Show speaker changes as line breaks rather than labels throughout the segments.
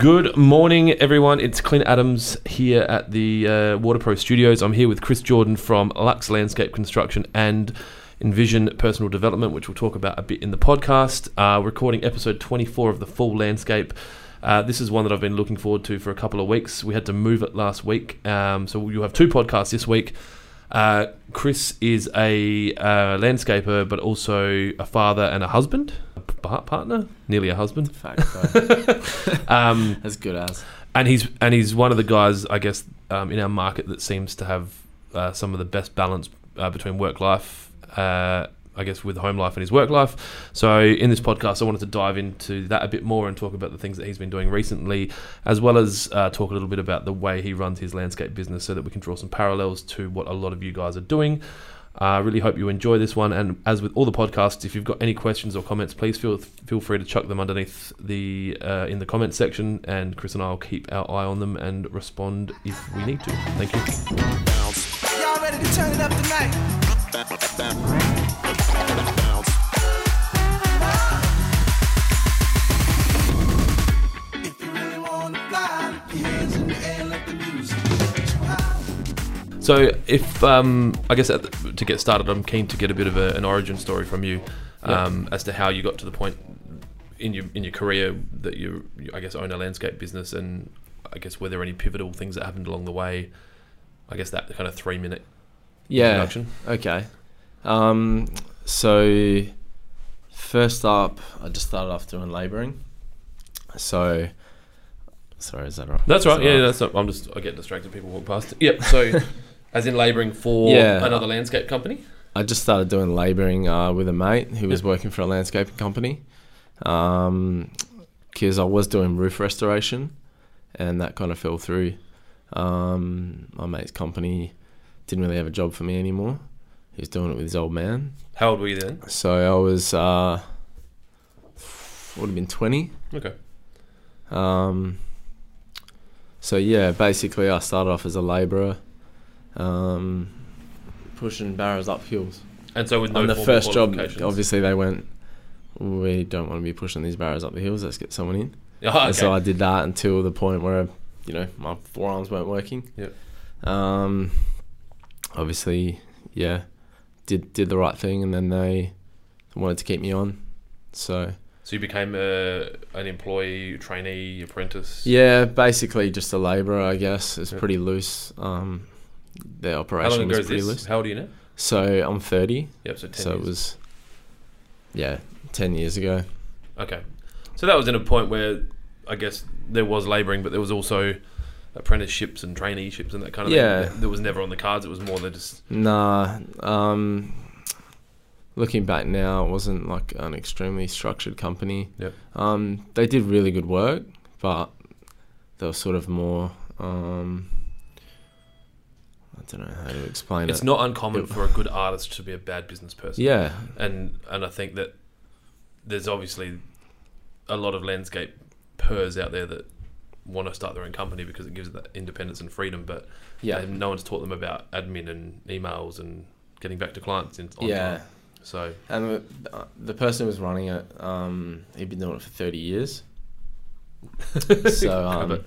Good morning, everyone. It's Clint Adams here at the uh, WaterPro Studios. I'm here with Chris Jordan from Lux Landscape Construction and Envision Personal Development, which we'll talk about a bit in the podcast. Uh, recording episode 24 of the full landscape. Uh, this is one that I've been looking forward to for a couple of weeks. We had to move it last week, um, so you'll have two podcasts this week. Uh, Chris is a uh, landscaper, but also a father and a husband, a p- partner, nearly a husband.
Fact, though.
Um,
As good as.
and he's and he's one of the guys I guess um, in our market that seems to have uh, some of the best balance uh, between work life, uh, I guess, with home life and his work life. So in this podcast, I wanted to dive into that a bit more and talk about the things that he's been doing recently, as well as uh, talk a little bit about the way he runs his landscape business, so that we can draw some parallels to what a lot of you guys are doing. Uh, I really hope you enjoy this one. And as with all the podcasts, if you've got any questions or comments, please feel feel free to chuck them underneath the uh, in the comments section, and Chris and I will keep our eye on them and respond if we need to. Thank you.
Y'all ready to turn it up tonight? If you really wanna fly, put your hands in the air, let the music get you high.
So, if um, I guess at the, to get started, I'm keen to get a bit of a, an origin story from you um, as to how you got to the point in your in your career that you, you I guess own a landscape business, and I guess were there any pivotal things that happened along the way? I guess that kind of three minute
Yeah.
introduction.
Okay. Um, so, first up, I just started off doing labouring. So, sorry, is that right?
That's
Is
right.
that
Yeah, that's not. I'm just. I get distracted. People walk past. Yep. So, as in labouring for
Yeah.
another landscape company.
I just started doing labouring uh, with a mate who was working for a landscaping company. Because I was doing roof restoration and that kind of fell through. Um, my mate's company didn't really have a job for me anymore. He was doing it with his old man.
How old were you then?
So I was, uh, would have been 20.
Okay.
Um, so yeah, basically I started off as a labourer, um, pushing barrows up hills.
And so with no
On the
formal
first job,
qualifications?
obviously they went, we don't want to be pushing these barrows up the hills. Let's get someone in.
Ah, okay.
And so I did that until the point where, you know, my forearms weren't working.
Yep.
Um, obviously, yeah, did did the right thing, and then they wanted to keep me on. So
so you became a, an employee, trainee, apprentice.
yeah, basically just a labourer, I guess. It's
Yep.
pretty loose. Um, their
How long
operation
ago
was
is
pretty
this?
loose.
How old are you now?
So I'm 30.
Yep. So ten.
so
years.
it was, yeah, 10 years ago.
Okay. So that was in a point where I guess there was labouring, but there was also apprenticeships and traineeships and that kind of
Yeah.
thing. That- That was never on the cards. It was more than just
Nah. Um, looking back now, it wasn't like an extremely structured company.
Yep.
Um, they did really good work, but they were sort of more. Um, I don't know how to explain
it's
it.
not uncommon
It-
for a good artist to be a bad business person.
yeah.
and and I think that there's obviously a lot of landscape pers out there that want to start their own company because it gives that independence and freedom, but
Yeah.
they- no one's taught them about admin and emails and getting back to clients in on
Yeah.
time. So
And the, uh, the person who was running it, um, he'd been doing it for 30 years. so, um,
Habit.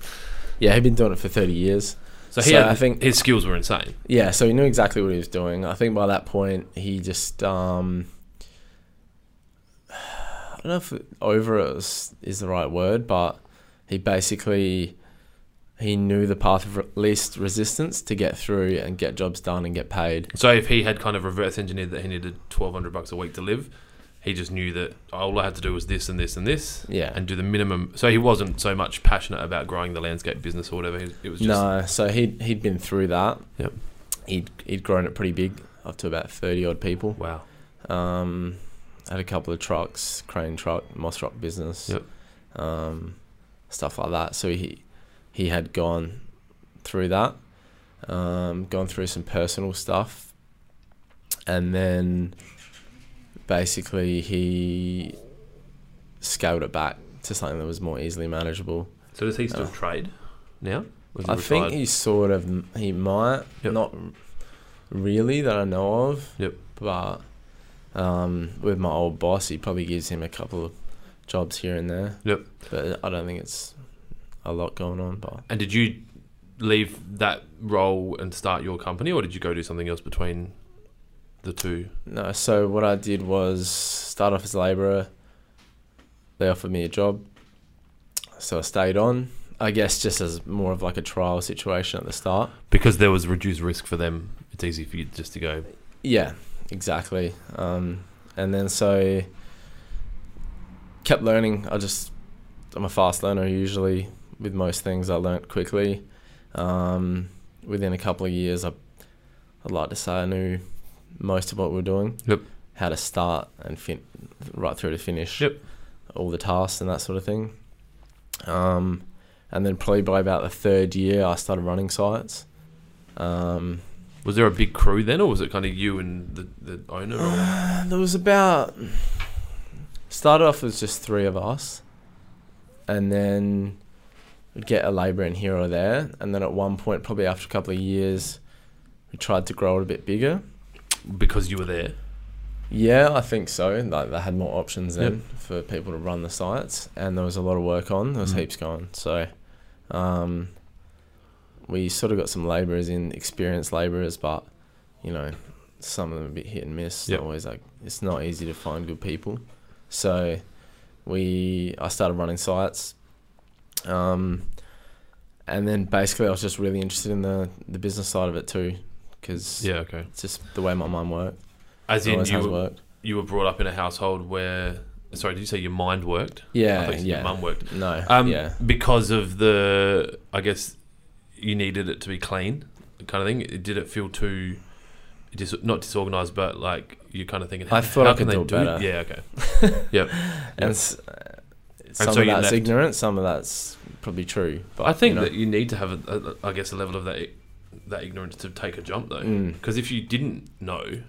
yeah, he'd been doing it for 30 years.
so he
So
had,
I think-
his skills were insane.
Yeah, so he knew exactly what he was doing. I think by that point he just um I don't know if over it is, is the right word, but he basically he knew the path of re- least resistance to get through and get jobs done and get paid.
So if he had kind of reverse engineered that he needed twelve hundred bucks a week to live, he just knew that all I had to do was this and this and this.
Yeah.
And do the minimum. So he wasn't so much passionate about growing the landscape business or whatever. He- It was just
no, so he he'd been through that.
Yep.
He'd he'd grown it pretty big, up to about 30 odd people.
wow.
Um, had a couple of trucks, crane truck, Moss Rock business,
Yep.
um, stuff like that. So he he had gone through that, um, gone through some personal stuff, and then basically he scaled it back to something that was more easily manageable.
So does he still
Uh,
trade now? Or is he
I think
retired?
he sort of he might
Yep.
not really that I know of.
Yep.
But um, with my old boss, he probably gives him a couple of jobs here and there.
Yep.
But I don't think it's a lot going on. But
And did you leave that role and start your company, or did you go do something else between the two?
no, so what I did was start off as a labourer. They offered me a job, so I stayed on. I guess just as more of like a trial situation at the start.
Because there was reduced risk for them. It's easy for you just to go.
Yeah, exactly. Um, and then so kept learning. I just I'm a fast learner usually with most things. I learnt quickly. Um, within a couple of years, I, I'd like to say I knew most of what we were doing.
Yep.
How to start and fin- right through to finish.
Yep.
All the tasks and that sort of thing. Um, and then probably by about the third year, I started running sites. Um,
Was there a big crew then, or was it kind of you and the, the owner? Or?
There was about started off as just three of us, and then we'd get a labourer in here or there, and then at one point, probably after a couple of years, we tried to grow it a bit bigger.
Because you were there.
Yeah, I think so. Like they had more options then for people to run the sites, and there was a lot of work on. There was
Mm.
heaps going. So, um, we sort of got some labourers in, experienced labourers, but you know, some of them a bit hit and miss. They're
Yep.
Always like it's not easy to find good people. So, we I started running sites, um, and then basically I was just really interested in the the business side of it too, because
Yeah, okay.
it's just the way my mind worked.
As in,
Always
you
has
were,
worked.
you were brought up in a household where. Sorry, did you say your mind worked? I
Yeah,
thought you said
yeah.
Your mum worked.
No.
Um,
yeah.
Because of the, I guess, you needed it to be clean, kind of thing. It- Did it feel too, dis- not disorganized, but like you kind of thinking,
I thought I
can
could
they
do it better.
Yeah, okay.
And s- uh, some
so
of
you
that's
left.
ignorant, some of that's probably true. But
But I think
you know,
that you need to have, a, a, I guess, a level of that i- that ignorance to take a jump though.
Mm,
Because if you didn't know,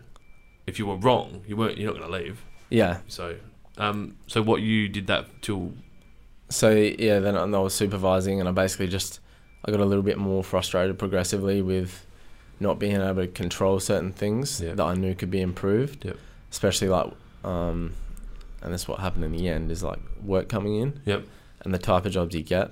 if you were wrong, you weren't. You're not going to leave.
yeah.
So, um, so what you did that till
So yeah, then I I was supervising, and I basically just I got a little bit more frustrated progressively with not being able to control certain things
Yeah.
that I knew could be improved.
Yep.
Especially like, um, and that's what happened in the end is like work coming in.
Yep.
And the type of jobs you get.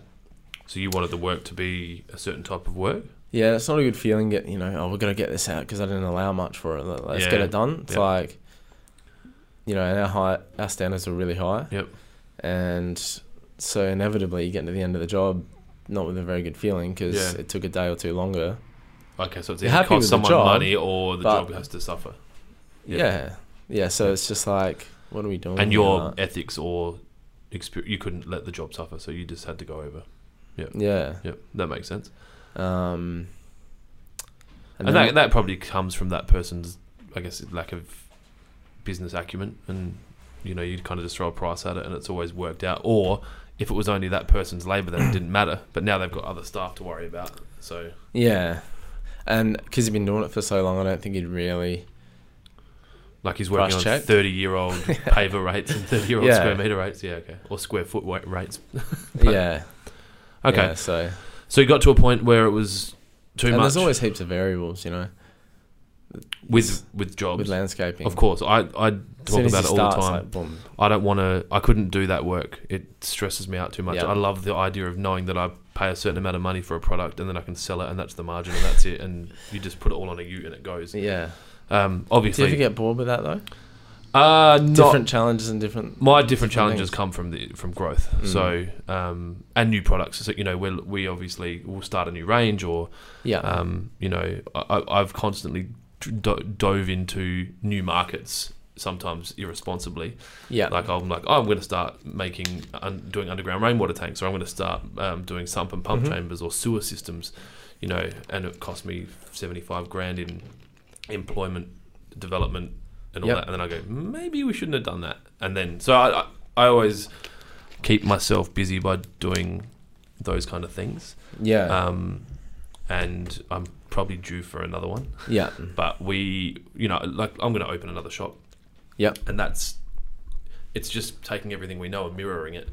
so you wanted the work to be a certain type of work.
Yeah, it's not a good feeling. Get you know, oh, we're gonna get this out because I didn't allow much for it. Let- Let's get
Yeah.
it done. It's
Yep.
like, you know, and our high, our standards are really high.
Yep.
And so inevitably, you get to the end of the job, not with a very good feeling because
Yeah.
it took a day or two longer.
Okay, so it's
You're
either
happy
cost
with the
someone
job,
money or the
but-
job has to suffer.
Yeah.
Yeah.
Yeah. so it's just like, what are we doing?
and
here?
your
Like,
ethics or experience, you couldn't let the job suffer, so you just had to go over.
yeah.
Yep, that makes sense.
Um.
And,
then-
that that probably comes from that person's, I guess, lack of business acumen, and you know, you'd kind of just throw a price at it, and it's always worked out. Or if it was only that person's labour, then it didn't matter. But now they've got other staff to worry about. So
yeah. And because he'd been doing it for so long, I don't think he'd really.
like he's working
Price
on
check.
thirty-year-old paver rates and thirty-year-old
Yeah.
square meter rates. Yeah, okay, or square foot wa- rates.
yeah.
Okay,
Yeah, so
so you got to a point where it was too
and
much
there's always heaps of variables, you know.
with with jobs.
with landscaping.
Of course, I I
As
talk
soon as
about it
you
all
start,
the
it's
time.
like, boom.
I don't want to. I couldn't do that work. It stresses me out too much.
Yeah.
I love the idea of knowing that I pay a certain amount of money for a product and then I can sell it and that's the margin and that's it. And you just put it all on a U and it goes.
Yeah.
Um,
Do you ever
obviously,
get bored with that though?
uh, not,
Different challenges and different.
my different
different
challenges
things.
come from the from growth.
Mm.
So um, and new products. So you know, we we obviously will start a new range or
Yeah.
um, you know, I, I- I've constantly do- dove into new markets, sometimes irresponsibly.
yeah.
Like I'm like, oh, I'm going to start making un- doing underground rainwater tanks, or I'm going to start um, doing sump and pump
Mhm.
chambers or sewer systems, you know, and it cost me seventy five grand in employment development and all
Yep.
that, and then I go, maybe we shouldn't have done that, and then so I I, I always keep myself busy by doing those kind of things.
yeah.
Um, and I'm probably due for another one.
yeah.
But we, you know, like I'm going to open another shop.
Yep.
And that's, it's just taking everything we know and mirroring it.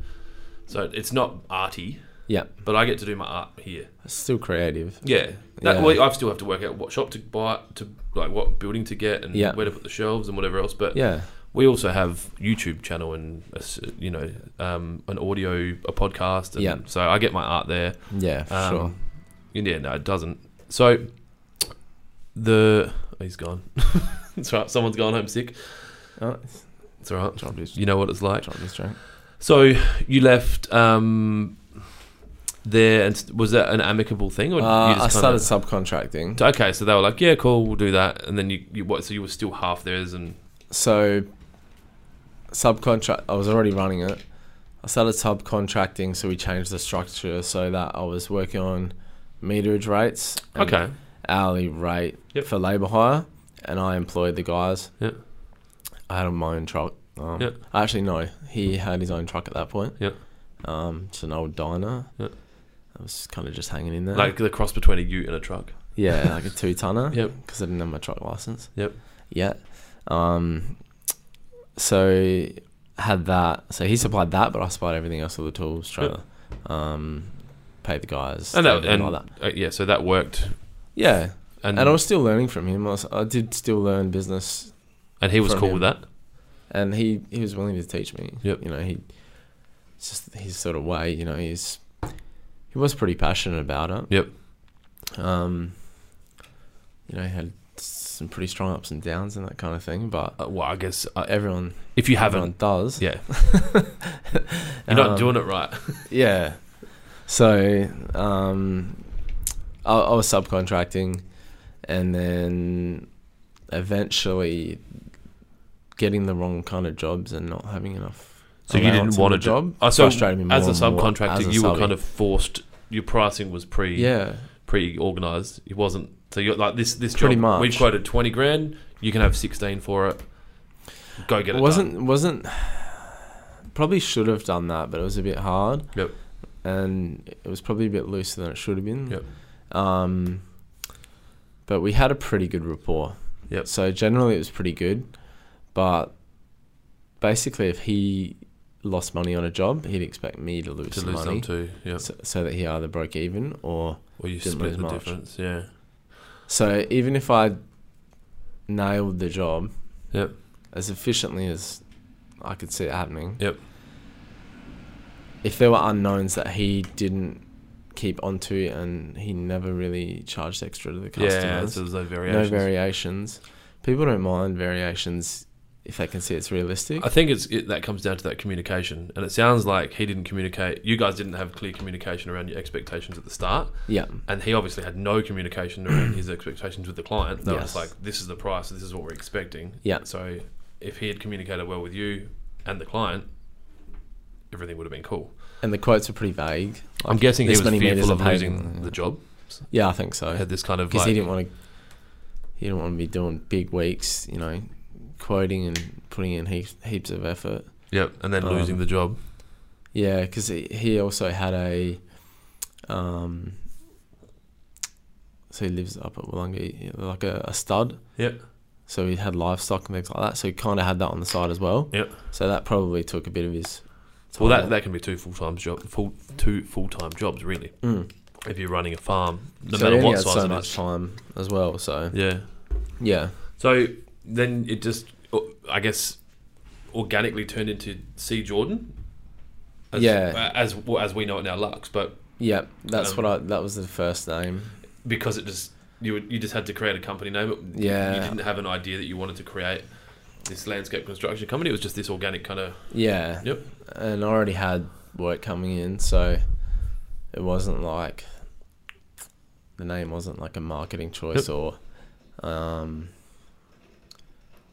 So it's not arty,
Yeah.
but I get to do my art here.
It's still creative.
Yeah. That
Yeah.
way I still have to work out what shop to buy, to like what building to get and
Yeah.
where to put the shelves and whatever else. But
Yeah.
we also have YouTube channel and a s- you know um, an audio a podcast. And
Yeah.
So I get my art there.
Yeah, for
Um,
sure.
Yeah, no, it doesn't. So the oh, he's gone. it's all right. Someone's gone home sick.
Oh,
It's all right.
drop this,
You know what it's like.
drop this drink.
So you left um, there, and s- was that an amicable thing, or
Uh,
you
I
just
started
kinda-
subcontracting.
Okay, so they were like, "Yeah, cool, we'll do that," and then you, you what? So you were still half theirs, and
so subcontract I was already running it. I started subcontracting so we changed the structure so that I was working on meterage rates and
okay,
hourly rate
Yep.
for labour hire and I employed the guys.
Yeah.
I had my own truck. Um,
Yeah.
Actually no, he had his own truck at that point.
Yeah.
Um it's an old diner.
Yeah.
I was kind of just hanging in there.
like the cross between a Ute and a truck.
Yeah, like a two tonner.
Yep.
Because I didn't have my truck license.
Yep.
Yet. Um, so had that. So he supplied that, but I supplied everything else all the tools, trailer, um, paid the guys,
And that,
everything
and Uh, yeah, so that worked,
Yeah,
and
and, I was still learning from him. I, was, I did still learn business,
and he was
from
cool
him.
with that.
and he he was willing to teach me.
Yep.
You know, he it's just his sort of way. You know, he's he was pretty passionate about it.
Yep.
Um, you know, he had some pretty strong ups and downs and that kind of thing, but
Uh, well, I guess uh,
everyone
if you
everyone
haven't,
does.
yeah, you're not
Um,
doing it right.
Yeah. So um, I, I was subcontracting, and then eventually getting the wrong kind of jobs and not having enough.
So you didn't
allowance in
want
the
a job.
job
Oh, so
frustrated me more
as a
and more
subcontractor,
as a
you were
subby.
kind of forced. Your pricing was pre
Yeah.
pre organized. It wasn't so you're like this this
Pretty
job.
much.
We quoted twenty grand. You can have sixteen for it. Go get it.
wasn't
done.
wasn't probably should have done that, but it was a bit hard.
Yep.
And it was probably a bit looser than it should have been.
Yep.
Um, but we had a pretty good rapport.
Yep.
So generally it was pretty good, but basically if he lost money on a job, he'd expect me to lose,
to
some
lose
money.
them too. Yeah,
So, so that he either broke even or
or you
didn't
split
lose
the
much.
difference. Yeah,
so even if I nailed the job
Yep.
as efficiently as I could see it happening.
Yep.
If there were unknowns that he didn't keep onto and he never really charged extra to the
yeah.
customers.
So there's those
no
variations.
variations. People don't mind variations if they can see it's realistic.
I think it's it, that comes down to that communication, and it sounds like he didn't communicate. You guys didn't have clear communication around your expectations at the start,
yeah.
and he obviously had no communication around his expectations with the client. They were just
Yes.
like, "This is the price. This is what we're expecting."
Yeah.
So, if he had communicated well with you and the client, everything would have been cool.
And the quotes are pretty vague.
I'm guessing he
this
was
many meters
fearful of
of paving,
losing
yeah.
the job.
Yeah, I think so.
Had this kind of
Because
like,
he didn't want to he didn't want to be doing big weeks, you know, quoting and putting in heaps, heaps of effort.
yep, and then losing
Um,
the job.
Yeah, because he he also had a. Um, so he lives up at Wollonga, like a, a stud.
Yep.
So he had livestock and things like that. So he kind of had that on the side as well.
Yep.
So that probably took a bit of his.
Well, that
time.
that can be two full time job, full two full time jobs really.
Mm.
If you're running a farm, no
so he
matter
only
what
had
size
so
it
much
is.
time as well. So
Yeah.
yeah,
So then it just, o- I guess, organically turned into C Jordan. As, uh,
Yeah.
As well, as we know it now, Lux, but
yeah. That's
Um,
what I. That was the first name.
because it just you would- you just had to create a company name. It- You
Yeah.
didn't have an idea that you wanted to create this landscape construction company. It was just this organic kind of
Yeah.
Yep.
And I already had work coming in, so it wasn't like the name wasn't like a marketing choice or um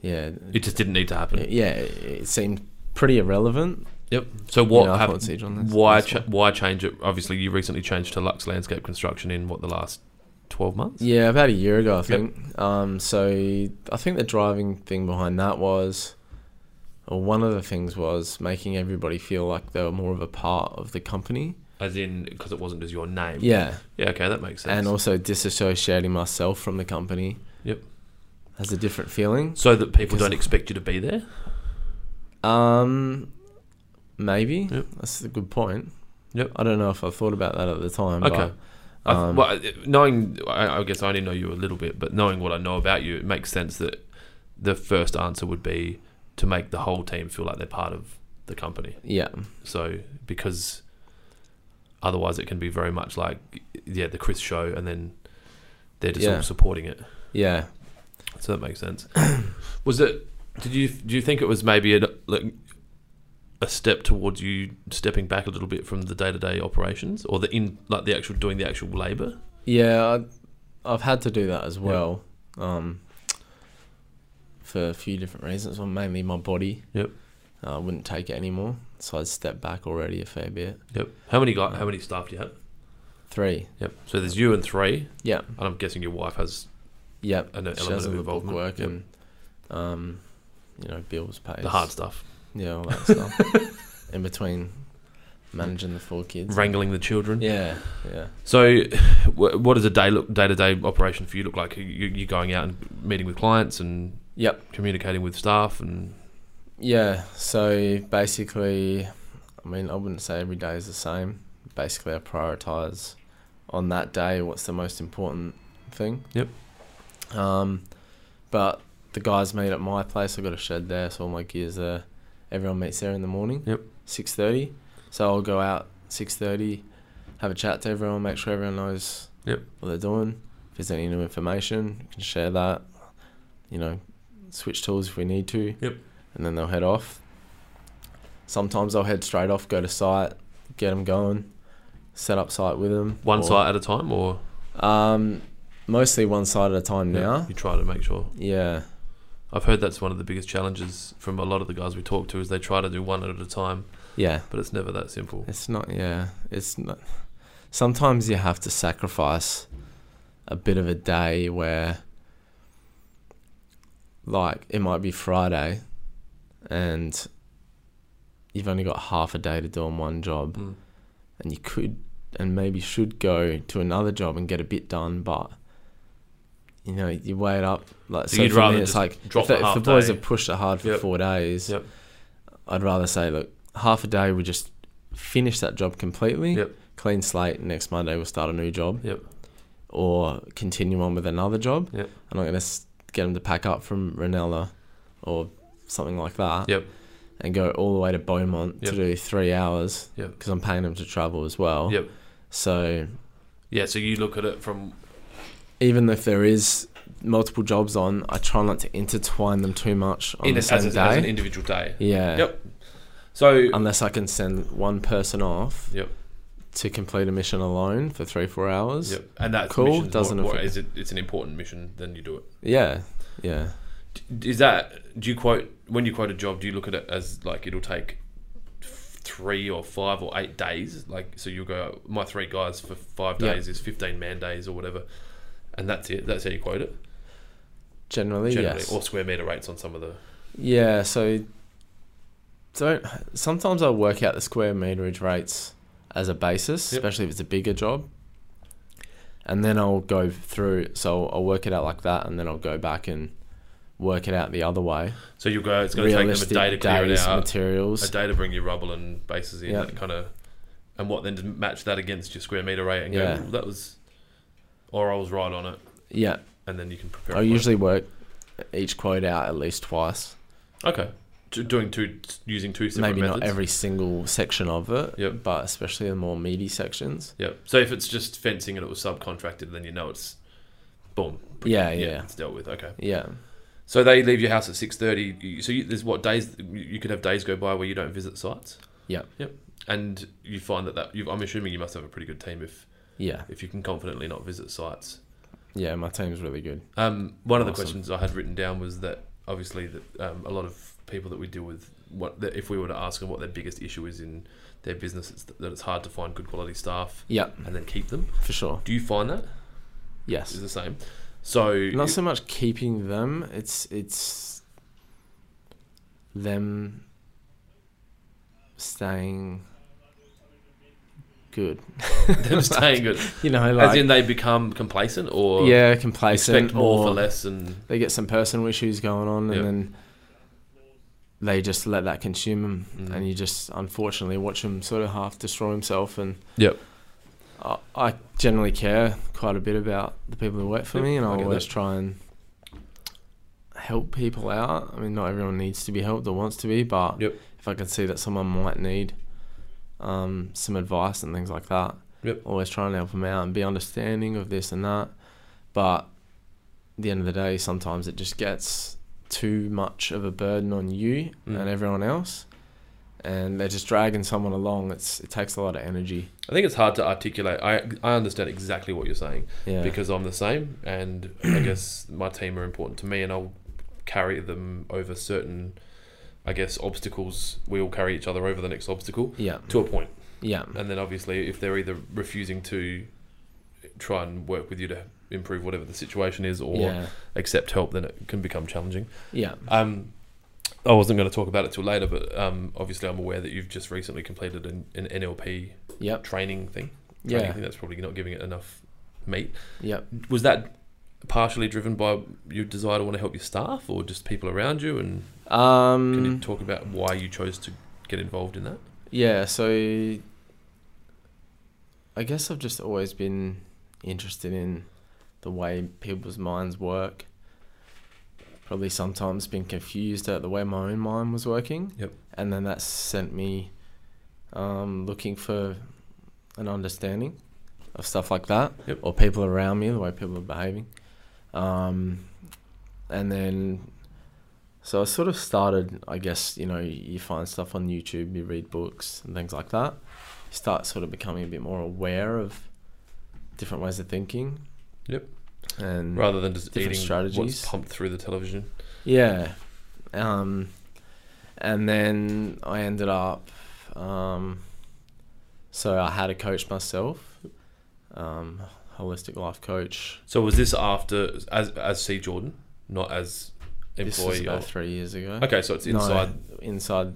yeah.
It just didn't need to happen.
yeah, it seemed pretty irrelevant.
Yep. So what
Yeah, I thought
happened?
Siege on this-
why
this
cha-
one.
why change it? Obviously, you recently changed to Lux Landscape Construction in what the last twelve months.
Yeah, about a year ago, I think. Um so I think the driving thing behind that was or one of the things was making everybody feel like they were more of a part of the company.
As in, because it wasn't just your name.
Yeah.
Yeah. Okay, that makes sense.
and also disassociating myself from the company.
Yep.
Has a different feeling.
so that people
Because-
don't expect you to be there.
Um, maybe
Yep.
that's a good point.
Yep.
I don't know if I thought about that at the time.
Okay.
But,
I th-
um,
well, I- knowing, I, I guess I only know you a little bit, but knowing what I know about you, it makes sense that the first answer would be to make the whole team feel like they're part of the company.
Yeah.
So because otherwise it can be very much like yeah the Chris show, and then they're just
Yeah.
all supporting it.
Yeah.
So that makes sense. was it? Did you do you think it was maybe a like, a step towards you stepping back a little bit from the day to day operations, or the in like the actual doing the actual labour?
Yeah, I, I've had to do that as well, um, for a few different reasons. Well, mainly my body. Uh,
Yep.
I wouldn't take it anymore, so I'd stepped back already a fair bit.
Yep. How many guy, How many staff do you have?
Three.
Yep. So there's you and three,
Yeah.
and I'm guessing your wife has
Yep.
an
She
element
does
of
all the book
involvement.
work
Yep.
and, um, you know, bills paid.
the hard stuff,
Yeah, all that stuff. In between managing the four kids.
wrangling the children.
Yeah. Yeah.
So, wh- what does a day look day to day operation for you look like? You, you're going out and meeting with clients and
Yep.
communicating with staff and
Yeah, so basically, I mean, I wouldn't say every day is the same. Basically, I prioritize on that day what's the most important thing.
Yep.
Um, but the guys meet at my place. I've got a shed there, so all my gear's there. Everyone meets there in the morning.
Yep.
Six thirty. So I'll go out six thirty, have a chat to everyone, make sure everyone knows.
Yep.
What they're doing. If there's any new information, we can share that. You know, switch tools if we need to.
Yep.
And then they'll head off. Sometimes I'll head straight off, go to site, get them going, set up site with them.
one
or-
site at a time, or
Um, mostly one site at a time now.
you try to make sure.
Yeah.
I've heard that's one of the biggest challenges from a lot of the guys we talk to is they try to do one at a time,
Yeah.
but it's never that simple.
It's not. Yeah. It's not. Sometimes you have to sacrifice a bit of a day where, like, it might be Friday, and you've only got half a day to do on one job,
Mm.
and you could and maybe should go to another job and get a bit done, but. You know, you weigh it up. Like,
So
so,
you'd
for me
rather
it's
just
like
drop
if the,
the
if the
half
boys
day.
have pushed it hard for
Yep.
four days,
Yep.
I'd rather say, look, half a day we just finish that job completely,
Yep.
clean slate. Next Monday we'll start a new job,
Yep.
or continue on with another job.
Yep.
I'm not going to get them to pack up from Ranella or something like that,
Yep.
and go all the way to Beaumont
Yep.
to do three hours
Yep.
because I'm paying them to travel as well.
Yep.
So
Yeah. So you look at it from
even if there is multiple jobs on, I try not to intertwine them too much on
in
the
as,
same
as,
day.
as an individual day.
yeah.
Yep. So
Unless I can send one person off.
Yep.
to complete a mission alone for three four hours.
yep. and that
Cool, doesn't
more, more,
affect-
is it, it's an important mission. Then you do it.
Yeah, yeah,
D- Is that do you quote when you quote a job? Do you look at it as like it'll take f- three or five or eight days? Like so you'll go my three guys for five
Yeah.
days is fifteen man days or whatever, and that's it. That's how you quote it
generally,
generally,
yes.
or square meter rates on some of the
Yeah, so don't. Sometimes I work out the square meterage rates as a basis,
Yep.
especially if it's a bigger job, and then I'll go through. So I'll work it out like that, and then I'll go back and work it out the other way.
So you go. It's going to take them a day to clear it
days,
out, a
materials.
day to bring your rubble and bases in
Yeah.
that kind of, and what then to match that against your square meter rate and
Yeah.
go "Ooh, that was, or I was right on it,
yeah,
and then you can prepare.
I
for it.
usually work each quote out at least twice.
okay, T- doing two using two separate
Maybe
methods.
not every single section of it,
Yep.
but especially the more meaty sections.
Yeah. So if it's just fencing and it was subcontracted, then you know it's, boom.
Yeah, yeah.
It's dealt with. Okay.
Yeah.
So they leave your house at six thirty. So you, there's what days you- you could have days go by where you don't visit sites.
Yep.
Yep. And you find that that you I'm assuming you must have a pretty good team if
Yeah.
if you can confidently not visit sites.
Yeah, my team's really good.
Um, one of the
Awesome.
questions I had written down was that obviously that um, a lot of people that we deal with, what that if we were to ask them what their biggest issue is in their business, it's th- that it's hard to find good quality staff
Yeah,
and then keep them.
for sure.
Do you find that is
Yes.
the same? So
Not
it-
so much keeping them, it's it's them staying good.
they're just staying good,
You know,
as
like
in they become complacent or
yeah, complacent
expect more
or
for less and
they get some personal issues going on
Yep.
and then they just let that consume them
Mhm.
and you just unfortunately watch him sort of half destroy himself and
Yep.
I, I generally care quite a bit about the people who work for
Yep,
me and
I
I
get
always
that.
try and help people out. I mean, not everyone needs to be helped or wants to be, but
Yep.
if I can see that someone might need um, some advice and things like that,
Yep.
always try and help them out and be understanding of this and that. But at the end of the day, sometimes it just gets too much of a burden on you
Mm.
and everyone else, and they're just dragging someone along. It's it takes a lot of energy.
I think it's hard to articulate. I I understand exactly what you're saying
Yeah.
because I'm the same, and I guess my team are important to me, and I'll carry them over certain, I guess, obstacles. We all carry each other over the next obstacle
yeah.
to a point,
Yeah.
and then obviously if they're either refusing to try and work with you to improve whatever the situation is or
Yeah.
accept help, then it can become challenging.
Yeah.
Um, I wasn't going to talk about it till later, but um, obviously I'm aware that you've just recently completed an, an NLP
Yep.
training thing. Training
Yeah.
thing that's probably not giving it enough meat.
Yep.
Was that partially driven by your desire to want to help your staff or just people around you? And
Um.
can you talk about why you chose to get involved in that?
Yeah, so I guess I've just always been interested in the way people's minds work. Probably sometimes been confused at the way my own mind was working.
Yep.
And then that sent me um, looking for an understanding of stuff like that
Yep.
or people around me, the way people are behaving. Um, and then so I sort of started, I guess, you know, you find stuff on YouTube, you read books and things like that. You start sort of becoming a bit more aware of different ways of thinking.
Yep.
And
Rather than just
Mm. Different
eating
strategies.
what's pumped through the television.
yeah. Um, and then I ended up, um, so I had a coach myself, um, holistic life coach.
So was this after as as C Jordan, not as
This was
employee?
about
Of,
three years ago.
okay, so it's
No,
inside
inside.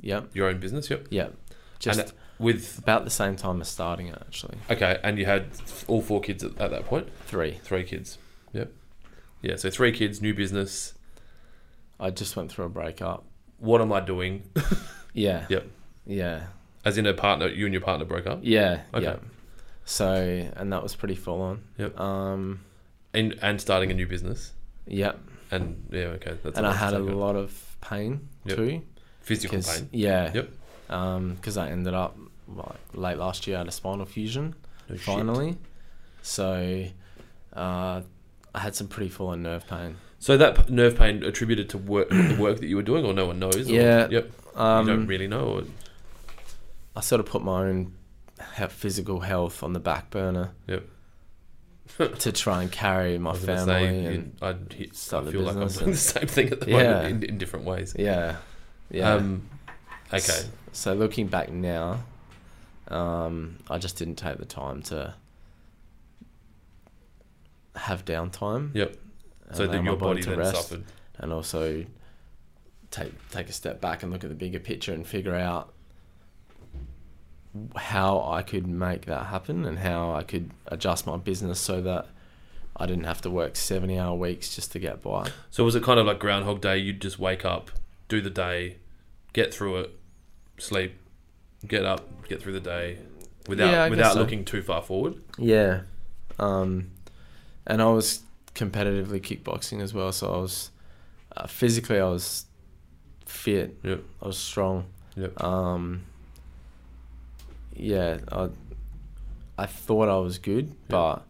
Yep.
your own business. Yep.
Yep. Just
and with
about the same time as starting it, actually.
Okay, and you had all four kids at, at that point?
Three.
Three kids. Yep. Yeah, so three kids, new business.
I just went through a breakup.
What am I doing?
Yeah.
Yep.
Yeah.
As in a partner, you and your partner broke up?
Yeah.
Okay.
Yep. So, and that was pretty full on.
Yep.
Um,
And, and starting a new business?
yep.
And yeah, okay. That's
and I
lot to
had a
take on.
lot of pain
Yep.
too.
Physical
'cause-
pain.
Yeah.
Yep.
Um, because I ended up like late last year I had a spinal fusion
No shit.
finally. So, uh, I had some pretty full on nerve pain.
So that p- nerve pain attributed to work, the work that you were doing, or no one knows? or-
Yeah,
yep.
Um,
you don't really know? Or,
I sort of put my own he- physical health on the back burner.
Yep.
to try and carry my
I was gonna
family
say,
and
you- I'd hit,
start
I
the
feel like I'm
business
doing the same thing at the
Yeah.
moment in, in different ways.
Yeah. Yeah.
Um, okay.
S- So looking back now, um, I just didn't take the time to have downtime.
Yep. So
allow
that
my
your body
to
then
rest,
suffered.
And also take take a step back and look at the bigger picture and figure out how I could make that happen and how I could adjust my business so that I didn't have to work 70 hour weeks just to get by.
So was it kind of like Groundhog Day? You'd just wake up, do the day, get through it, sleep, get up, get through the day, without
Yeah, I guess
without
so.
looking too far forward.
Yeah. Um, and I was competitively kickboxing as well, so I was uh, physically I was fit.
Yep.
I was strong.
Yep.
Um, yeah, I I thought I was good, but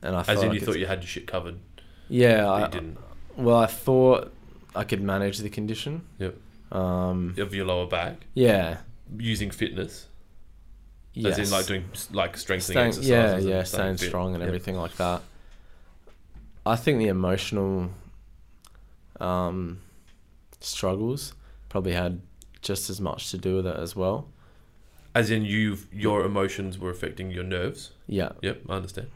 and I
As
felt
in,
like
you thought
it's-
you had your shit covered,
yeah,
but
I,
you didn't.
well, I thought I could manage the condition.
Yep.
Um,
Of your lower back,
yeah.
using fitness,
Yes.
as in like doing s- like strengthening
Staying-
exercises.
Yeah,
and
yeah, staying
fit.
strong and
Yep.
everything like that. I think the emotional um, struggles probably had just as much to do with it as well.
As in, you your emotions were affecting your nerves.
Yeah,
Yep, I understand.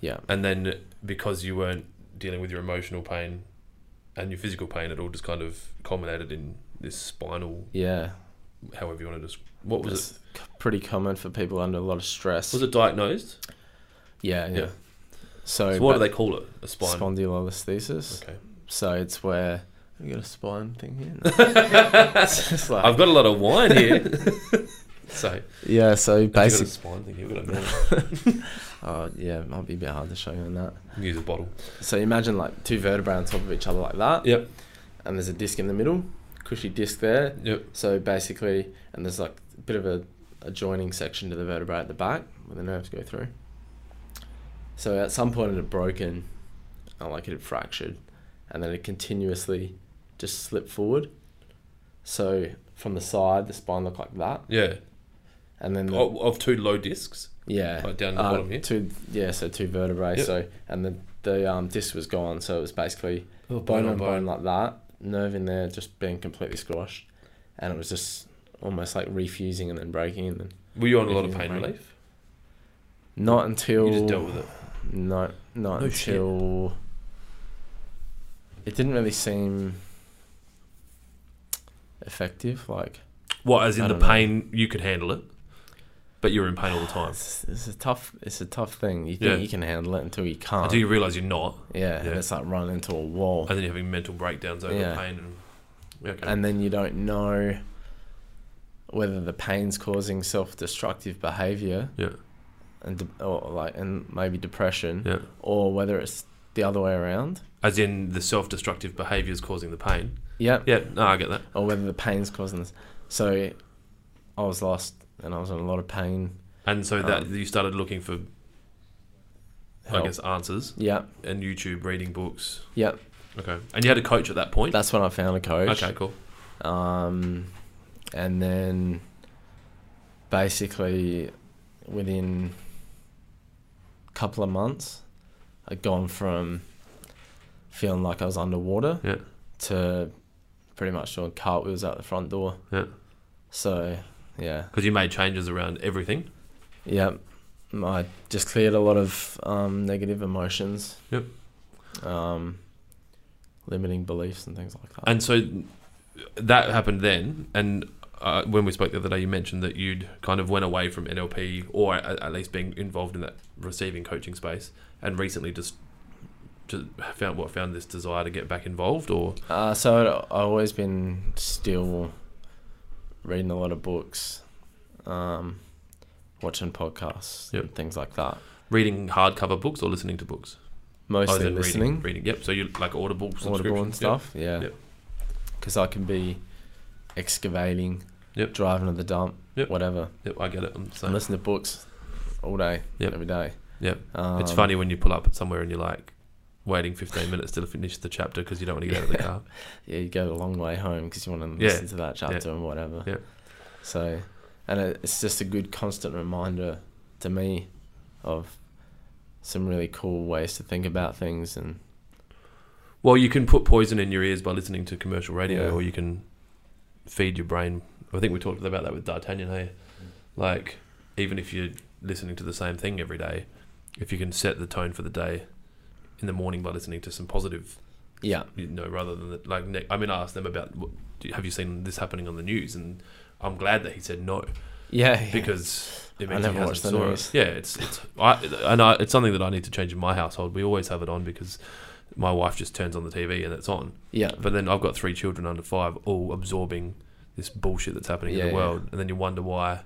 yeah,
And then because you weren't dealing with your emotional pain and your physical pain, it all just kind of culminated in this spinal
yeah.
however you want to just what was
It's c- pretty common for people under a lot of stress.
it was it diagnosed
Yeah, yeah.
Yeah.
So,
so what do
but-
they call it a spine
Spondylolisthesis.
okay
So it's where you got a spine thing here. It's just like-
i've got a lot of wine here so
yeah.
basically
So basically,
spine thing here, we've got a-
I Uh, yeah, it might be a bit hard to show you on that.
Use a bottle.
So imagine like two vertebrae on top of each other like that.
Yep.
And there's a disc in the middle, cushy disc there.
Yep.
So basically, and there's like a bit of a adjoining section to the vertebrae at the back where the nerves go through. So at some point it had broken, or like it had fractured, and then it continuously just slipped forward. So from the side, the spine looked like that,
Yeah.
and then the,
Of, of two low discs,
yeah,
Oh. like down the
uh,
bottom here.
two yeah, so two vertebrae.
Yep.
So and the the um, disc was gone, so it was basically
Oh,
bone on bone like that, nerve in there just being completely squashed, and it was just almost like refusing and then breaking and then
Were you on a lot of
If you
pain
break-
relief?
not until
You just dealt with it.
no not
No shit.
until it didn't really seem effective like
What, as
I
in the
don't know.
pain, you could handle it, but you were in pain all the time.
it's, it's a tough it's a tough thing you think
Yeah.
you can handle it until you can't
Until you realise you're not,
yeah,
Yeah.
and it's like running into a wall
and then you're having mental breakdowns over
Yeah.
pain. And, yeah, okay.
and then you don't know whether the pain's causing self-destructive behavior
yeah,
and de- or like and maybe depression
yeah.
or whether it's the other way around
As in the self destructive behaviours causing the pain.
yep
Yeah, no, I get that.
or whether the pain's causing this so i was lost and i was in a lot of pain
And so that
Um,
you started looking for, I
Help.
guess, answers
yep
and YouTube, reading books.
yep
Okay. And you had a coach at that point?
that's when i found a coach
okay, cool.
um and then basically within a couple of months i'd gone from feeling like i was underwater
Yeah.
to pretty much doing cartwheels out the front door
Yeah.
so yeah
Because you made changes around everything.
Yeah, I just cleared a lot of um, negative emotions.
Yep.
Um, limiting beliefs and things like that.
And so that happened then. And uh, when we spoke the other day, you mentioned that you'd kind of went away from NLP or at, at least being involved in that receiving coaching space and recently just, just found what found this desire to get back involved or
uh, so I'd- I've always been still reading a lot of books, um, watching podcasts
Yep.
and things like that.
reading hardcover books or listening to books.
Mostly
Other than
listening,
Reading, reading. Yep. So you like Audible subscription
Audible and stuff. Yeah.
Yep.
Because I can be excavating,
Yep.
driving to the dump,
Yep.
whatever.
Yep, yep, I get it. I'm the
I
same.
listen to books all day,
Yep.
every day.
Yep.
Um,
It's funny when you pull up at somewhere and you're like waiting 15 minutes to finish the chapter because you don't want to get out of the car.
yeah, you go a long way home because you want to
Yeah.
listen to that chapter and whatever.
Yeah.
So, and it, it's just a good constant reminder to me of some really cool ways to think about things and
Well, you can put poison in your ears by listening to commercial radio,
Yeah.
or you can feed your brain. I think we talked about that with D'Artagnan. Hey, like even if you're listening to the same thing every day, if you can set the tone for the day in the morning by listening to some positive
yeah,
you know, rather than the, like ne I mean, I asked them about, what, do you- have you seen this happening on the news? And I'm glad that he said no
yeah, yeah.
because it
I
means
never
he hasn't
watch the
saw
news.
it. Yeah, it's it's I and I, it's something that I need to change in my household. We always have it on because my wife just turns on the TV and it's on.
yeah,
But then I've got three children under five, all absorbing this bullshit that's happening in
Yeah,
the
yeah.
world, and then you wonder why.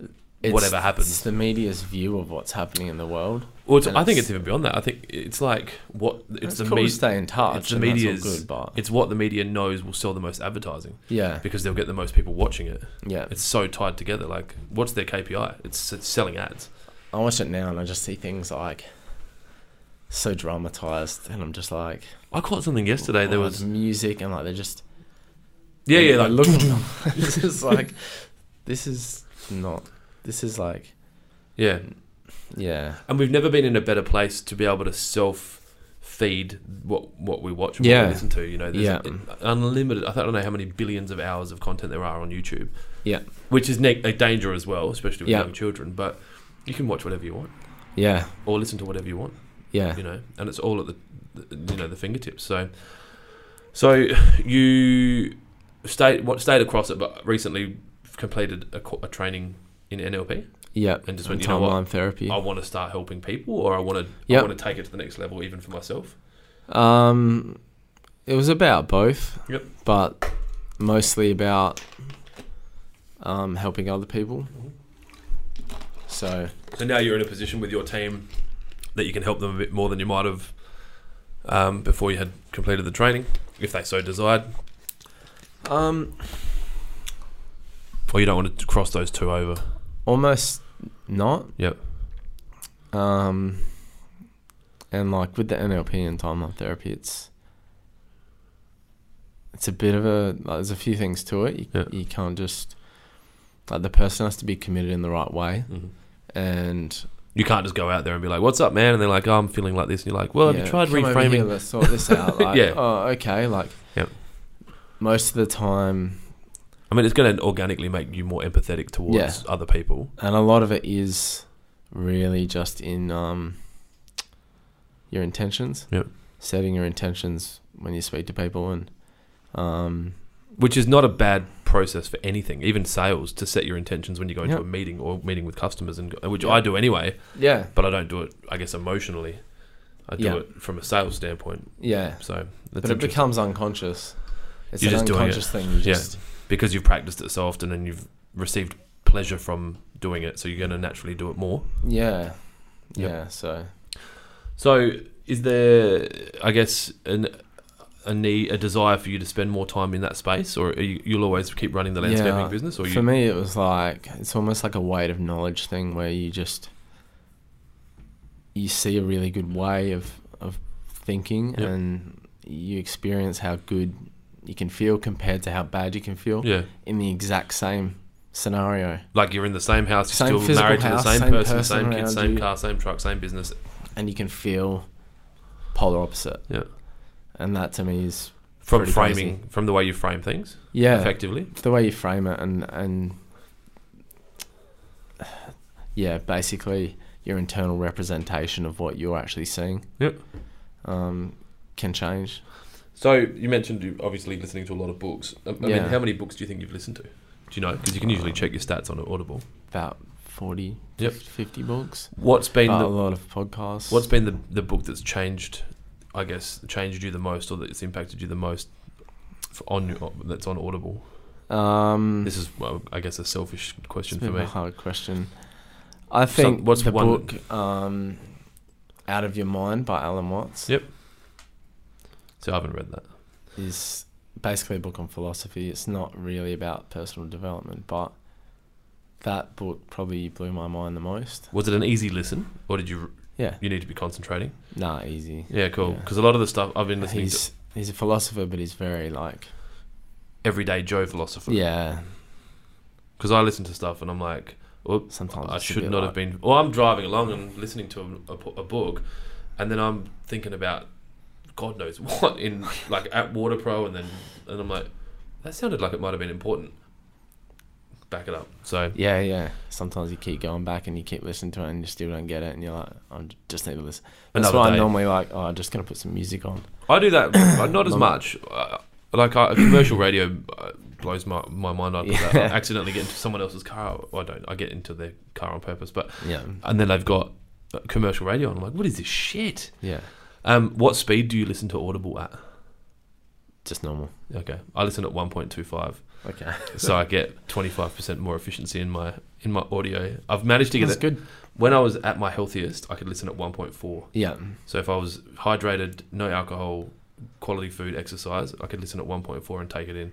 It's-
whatever
It's
happens.
the media's view of what's happening in the world.
Well, it's,
And
I think
it's-
it's even beyond that. I think it's like what it's
It's,
the
cool
me-
to stay in touch.
it's the
and that's all
media's-
good, but
it's what the media knows will sell the most advertising
yeah,
because they'll get the most people watching it.
yeah.
It's so tied together. Like, what's their KPI? It's, it's selling ads.
I watch it now and I just see things like so dramatized, and I'm just like,
I caught something yesterday. There
oh,
was
music and like they're just
yeah, yeah, like
look. this is like, this is not. This is like,
yeah.
yeah,
And we've never been in a better place to be able to self feed what what we watch and what
Yeah.
we listen to. You know, there's
Yeah.
unlimited. I don't know how many billions of hours of content there are on YouTube.
Yeah.
which is ne- a danger as well, especially with
Yeah.
young children. But you can watch whatever you want
yeah,
or listen to whatever you want.
yeah,
you know, and it's all at the, the you know the fingertips. So, so you stayed what stayed across it, but recently completed a, co- a training in NLP.
yeah.
And just went, you know
timeline
what?
therapy.
I want to start helping people, or I want to
Yep.
I want to take it to the next level, even for myself.
Um, it was about both.
Yep.
But
Mm-hmm.
mostly about um helping other people. So
So now you're in a position with your team that you can help them a bit more than you might have um, before you had completed the training, if they so desired,
um,
or you don't want to cross those two over.
almost not.
Yep.
Um, and like with the NLP and timeline therapy, it's it's a bit of a like, there's a few things to it. You,
Yeah.
you can't just like the person has to be committed in the right way, and
You can't just go out there and be like, "What's up, man?" And they're like, "Oh, I'm feeling like this," and you're like, "Well, have
yeah,
you tried
come over here,
reframing?"
let's sort this out. Like,
Yeah.
Oh, okay. Like.
Yep.
Most of the time,
I mean, it's going to organically make you more empathetic towards
Yeah.
other people.
and a lot of it is really just in um, your intentions.
Yep.
Setting your intentions when you speak to people, and um,
which is not a bad process for anything, even sales, to set your intentions when you go into
Yeah.
a meeting or meeting with customers, and go, which
Yeah.
I do anyway,
yeah,
but I don't do it, I guess, emotionally. I do
Yeah.
it from a sales standpoint.
yeah.
So that's
But it
interesting
becomes unconscious. It's
You're
an
just doing it.
unconscious thing. You
Yeah.
just
because you've practiced it so often and you've received pleasure from doing it, so you're going to naturally do it more.
yeah,
Yep.
yeah. So
So is there, I guess, an a need, a desire for you to spend more time in that space, or are you, you'll always keep running the landscaping
Yeah.
business, or you?
for me, it was like it's almost like a weight of knowledge thing where you just you see a really good way of of thinking,
Yep.
and you experience how good you can feel compared to how bad you can feel
yeah,
in the exact same scenario.
like you're in the same house,
Same
you're still
physical
married
house,
to the same,
same
person,
person
same kids,
around
same
you.
car, same truck, same business.
and you can feel polar opposite.
Yeah.
And that to me is
from
pretty
framing, from the way you frame things,
yeah,
effectively.
the way you frame it and and yeah, basically your internal representation of what you're actually seeing.
Yep.
Um, can change.
So you mentioned you obviously listening to a lot of books. I, I mean,
Yeah.
how many books do you think you've listened to? Do you know? Because you can usually check your stats on Audible.
About 40,
Yep.
50 books.
What's been
But a
the
lot of podcasts.
Um, What's been the the book that's changed? I guess changed you the most, or that's impacted you the most f- on your, that's on Audible.
um
This is, well, I guess, a selfish
It's
question
a
for
bit of
me.
a hard question. I
So
think
what's
the
one-
book um, "Out of Your Mind" by Alan Watts
Yep. So I haven't read that.
is basically a book on philosophy. It's not really about personal development, but that book probably blew my mind the most.
Was it an easy listen, or did you
Yeah,
you need to be concentrating?
nah, easy.
Yeah, cool.
Yeah.
Because a lot of the stuff I've been listening to
He's he's a philosopher, but he's very like
everyday Joe philosopher.
yeah.
Because I listen to stuff and I'm like, well,
Sometimes
I
it's a
should
bit
not
like-
have been. Or I'm driving along and listening to a, a po- a book, and then I'm thinking about God knows what in like at Water Pro, and then and I'm like, that sounded like it might have been important. Back it up. So
Yeah, yeah. Sometimes you keep going back and you keep listening to it and you still don't get it, and you're like, I am just need to listen. That's
Another
why
day.
I'm normally like, oh, I'm just gonna put some music on.
I do that, but not as
Love it.
much. Uh, like I, commercial radio uh, blows my, my mind. I put that. I
Yeah.
accidentally get into someone else's car. Well, I don't. I get into their car on purpose, but
Yeah,
and then they've got uh, commercial radio, and I'm like, what is this shit?
yeah.
Um, what speed do you listen to Audible at?
Just normal.
Okay, I listen at 1.25,
Okay.
so I get 25% more efficiency in my in my audio. I've managed to get
That's
it.
good.
When I was at my healthiest, I could listen at 1.4.
Yeah.
So if I was hydrated, no alcohol, quality food, exercise, I could listen at 1.4 and take it in.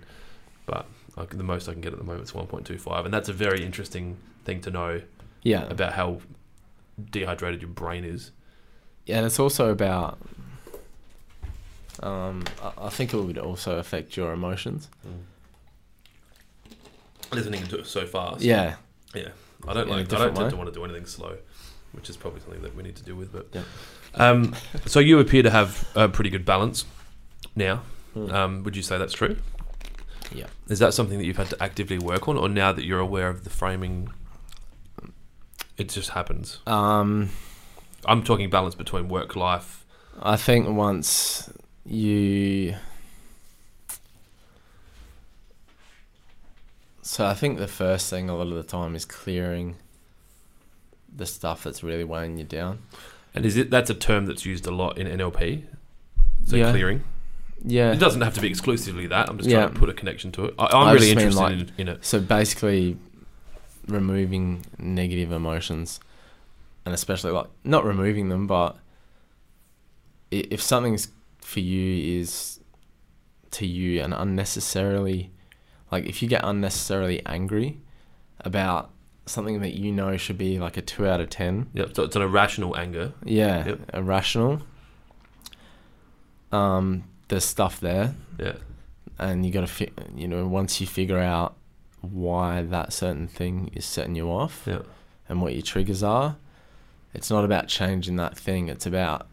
But I c the most I can get at the moment is 1.25, and that's a very interesting thing to know
Yeah.
about how dehydrated your brain is.
Yeah, and it's also about. Um, I, I think it would also affect your emotions.
Listening to it so fast.
Yeah,
I don't
in
like.
a
I don't
different
tend
way.
to want to do anything slow, which is probably something that we need to deal with. But
Yeah.
um, so you appear to have a pretty good balance now.
Hmm.
Um, would you say that's true?
Yeah.
Is that something that you've had to actively work on, or now that you're aware of the framing, it just happens?
um,
I'm talking balance between work life.
I think once you. So I think the first thing a lot of the time is clearing the stuff that's really weighing you down.
And is it that's a term that's used a lot in NLP? So
Yeah.
clearing.
Yeah.
It doesn't have to be exclusively that. I'm just
Yeah.
trying to put a connection to it. I,
I
I'm really
just mean,
interested
like-
in, in it.
So basically, removing negative emotions, and especially like not removing them, but i- if something's for you is to you and unnecessarily, like if you get unnecessarily angry about something that you know should be like a two out of ten,
Yep. So it's an irrational anger.
yeah,
Yep.
irrational. Um, there's stuff there
Yeah.
and you got to fi- you know once you figure out why that certain thing is setting you off
Yeah.
and what your triggers are it's not about changing that thing it's about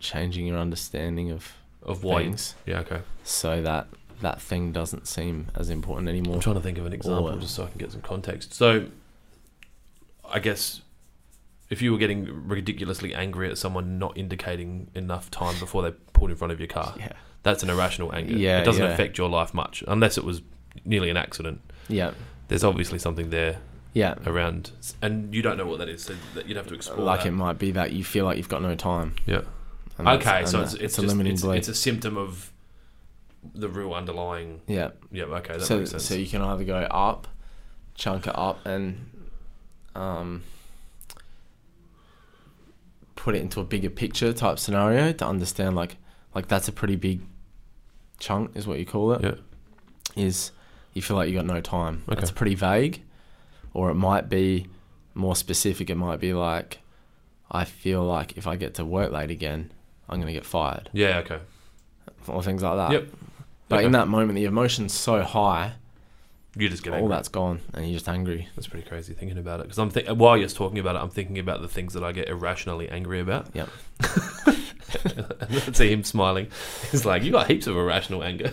changing your understanding of
Of why.
things
Yeah. Okay.
so that that thing doesn't seem as important anymore
I'm trying to think of an example
Or-
just so I can get some context. So, I guess if you were getting ridiculously angry at someone not indicating enough time before they pulled in front of your car,
yeah
that's an irrational anger.
Yeah,
it doesn't
yeah.
affect your life much unless it was nearly an accident.
yeah
There's obviously something there
yeah
around, and you don't know what that is, so that you'd have to explore.
like
that.
it might be that you feel like you've got no time
Yeah.
And that's-
Okay,
and
so
that-
it's, it's, just, it's,
belief.
it's a symptom of the real underlying.
yeah
Yeah, okay, that
so,
makes sense.
so you can either go up, chunk it up, and um, put it into a bigger picture type scenario to understand like like that's a pretty big chunk is what you call it.
Yeah.
Is you feel like you got no time.
Okay.
It's pretty vague, or it might be more specific. It might be like I feel like if I get to work late again, I'm gonna get fired,
yeah, okay.
or things like that.
Yep.
But
Okay.
in that moment, the emotion's so high,
You just get
all
angry.
that's gone, and you're just angry.
That's pretty crazy thinking about it because I'm think while you're talking about it, I'm thinking about the things that I get irrationally angry about.
Yep.
And I see him smiling. He's like, "You got heaps of irrational anger."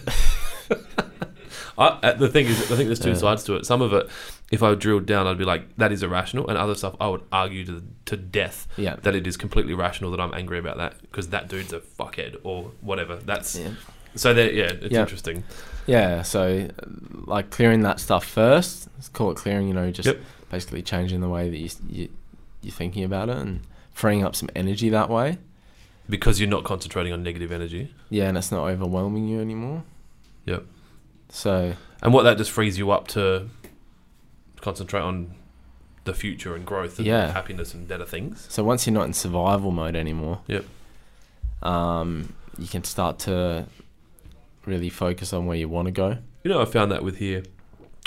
I, uh, the thing is, I think there's two
Yeah.
sides to it. Some of it, if I drilled down, I'd be like, "That is irrational," and other stuff, I would argue to to death
Yeah.
that it is completely rational that I'm angry about that because that dude's a fuckhead or whatever. That's
Yeah.
so. There, yeah, it's
Yeah.
interesting.
Yeah. So, uh, like clearing that stuff first. Let's call it clearing. You know, just
Yep.
basically changing the way that you, s- you you're thinking about it and freeing up some energy that way.
Because you're not concentrating on negative energy,
Yeah, and it's not overwhelming you anymore.
Yep.
So
and what that just frees you up to concentrate on the future and growth and
Yeah.
happiness and better things.
so once you're not in survival mode anymore.
Yep.
Um, you can start to really focus on where you want to go.
You know, I found that with here,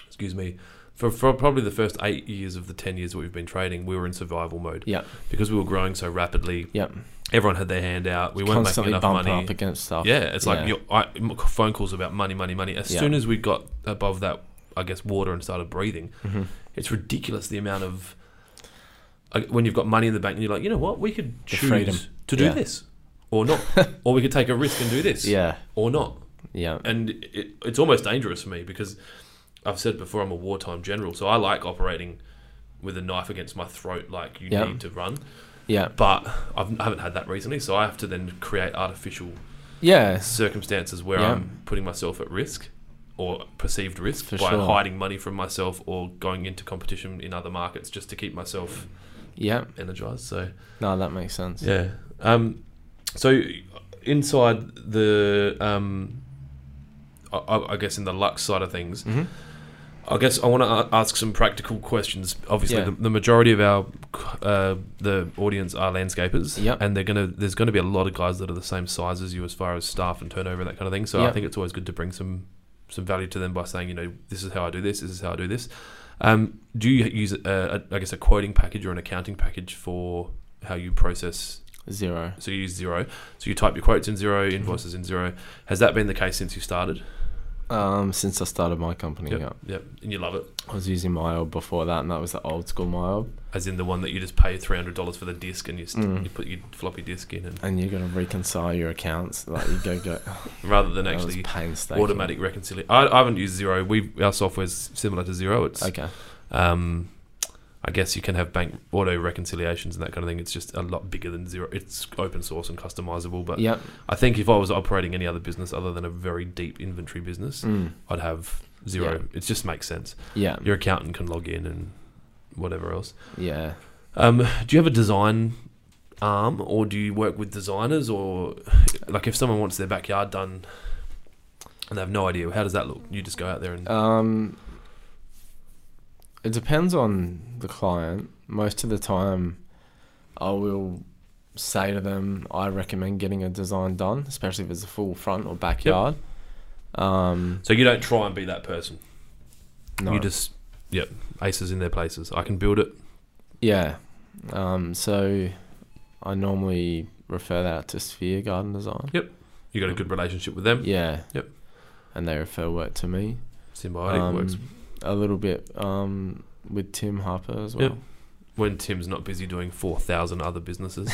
excuse me, for, for probably the first eight years of the 10 years that we've been trading, we were in survival mode.
Yep.
Because we were growing so rapidly.
Yep.
Everyone had their hand out. We weren't making
Constantly
enough
bumping
money.
up against stuff.
Yeah, it's like
Oh, Yeah.
your I, m- phone calls about money, money, money. As
Yeah.
soon as we got above that, I guess, water and started breathing,
Mhm.
it's ridiculous the amount of. I- When you've got money in the bank and you're like, you know what, we could
The
choose
freedom.
to do
Yeah.
this or not. or we could take a risk and do this
Yeah.
or not
Yeah.
and it, it's almost dangerous for me because I've said before I'm a wartime general, so I like operating with a knife against my throat, like you
Yeah.
need to run.
Yeah.
But I've, I haven't had that recently, so I have to then create artificial
Yeah.
circumstances where
Yeah.
I'm putting myself at risk or perceived risk
For
by
sure.
hiding money from myself or going into competition in other markets just to keep myself
Yeah.
energized. So
No, that makes sense.
yeah. Um, so inside the, um, I- I, I guess in the luck side of things,
Mhm.
I guess I want to ask some practical questions. Obviously,
Yeah.
the, the majority of our uh, the audience are landscapers,
Yep.
and they're gonna there's gonna be a lot of guys that are the same size as you as far as staff and turnover and that kind of thing. So I
Yep.
think it's always good to bring some some value to them by saying, you know, this is how I do this, this is how I do this. Um, do you use, uh, a, I guess, a quoting package or an accounting package for how you process?
Zero.
So you use zero. So you type your quotes in zero, invoices in zero. Has that been the case since you started?
Um, since I started my company, yeah.
Yep. Yep. And you love it,
I was using MyOb before that, and that was the old school MyOb.
as in the one that you just pay three hundred dollars for the disc and you, st-
Mm.
you put your floppy disk in, and
And you got to reconcile your accounts. Like you go go.
rather than
that was
actually
painstaking.
automatic reconciliation. I, I haven't used zero. We our software's similar to zero. It's
Okay.
um, I guess you can have bank auto reconciliations and that kind of thing. It's just a lot bigger than zero. It's open source and customizable. But
Yep.
I think if I was operating any other business other than a very deep inventory business,
Mm.
I'd have zero. It just makes sense.
Yeah.
Your accountant can log in and whatever else.
Yeah.
Um, do you have a design arm, or do you work with designers, or like if someone wants their backyard done
Uh,
and they have no idea, how does that look? You just go out there and
Um, it depends on the client. Most of the time, I will say to them, I recommend getting a design done, especially if it's a full front or backyard. Um,
So you don't try and be that person.
no.
You just, yep, aces in their places. I can build it.
Yeah. Um, so I normally refer that out to Sphere Garden Design.
You got a good relationship with them.
Yeah.
Yep.
And they refer work to me.
Symbiotic
Um,
works.
A little bit um, with Tim Harper as well.
When Tim's not busy doing 4,000 other businesses.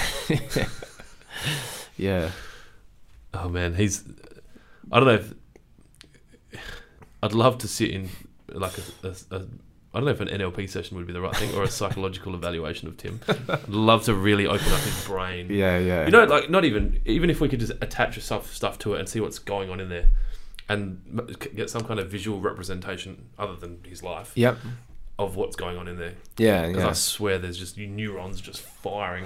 Yeah.
oh, man. He's, I don't know if, I'd love to sit in like a, a, a I don't know if an NLP session would be the right thing or a psychological evaluation of Tim. I'd love to really open up his brain.
Yeah, yeah.
You know, like not even even if we could just attach stuff stuff to it and see what's going on in there, and m- c- get some kind of visual representation other than his life
Yep.
of what's going on in there.
Yeah,
Because I
yeah.
swear, there's just neurons just firing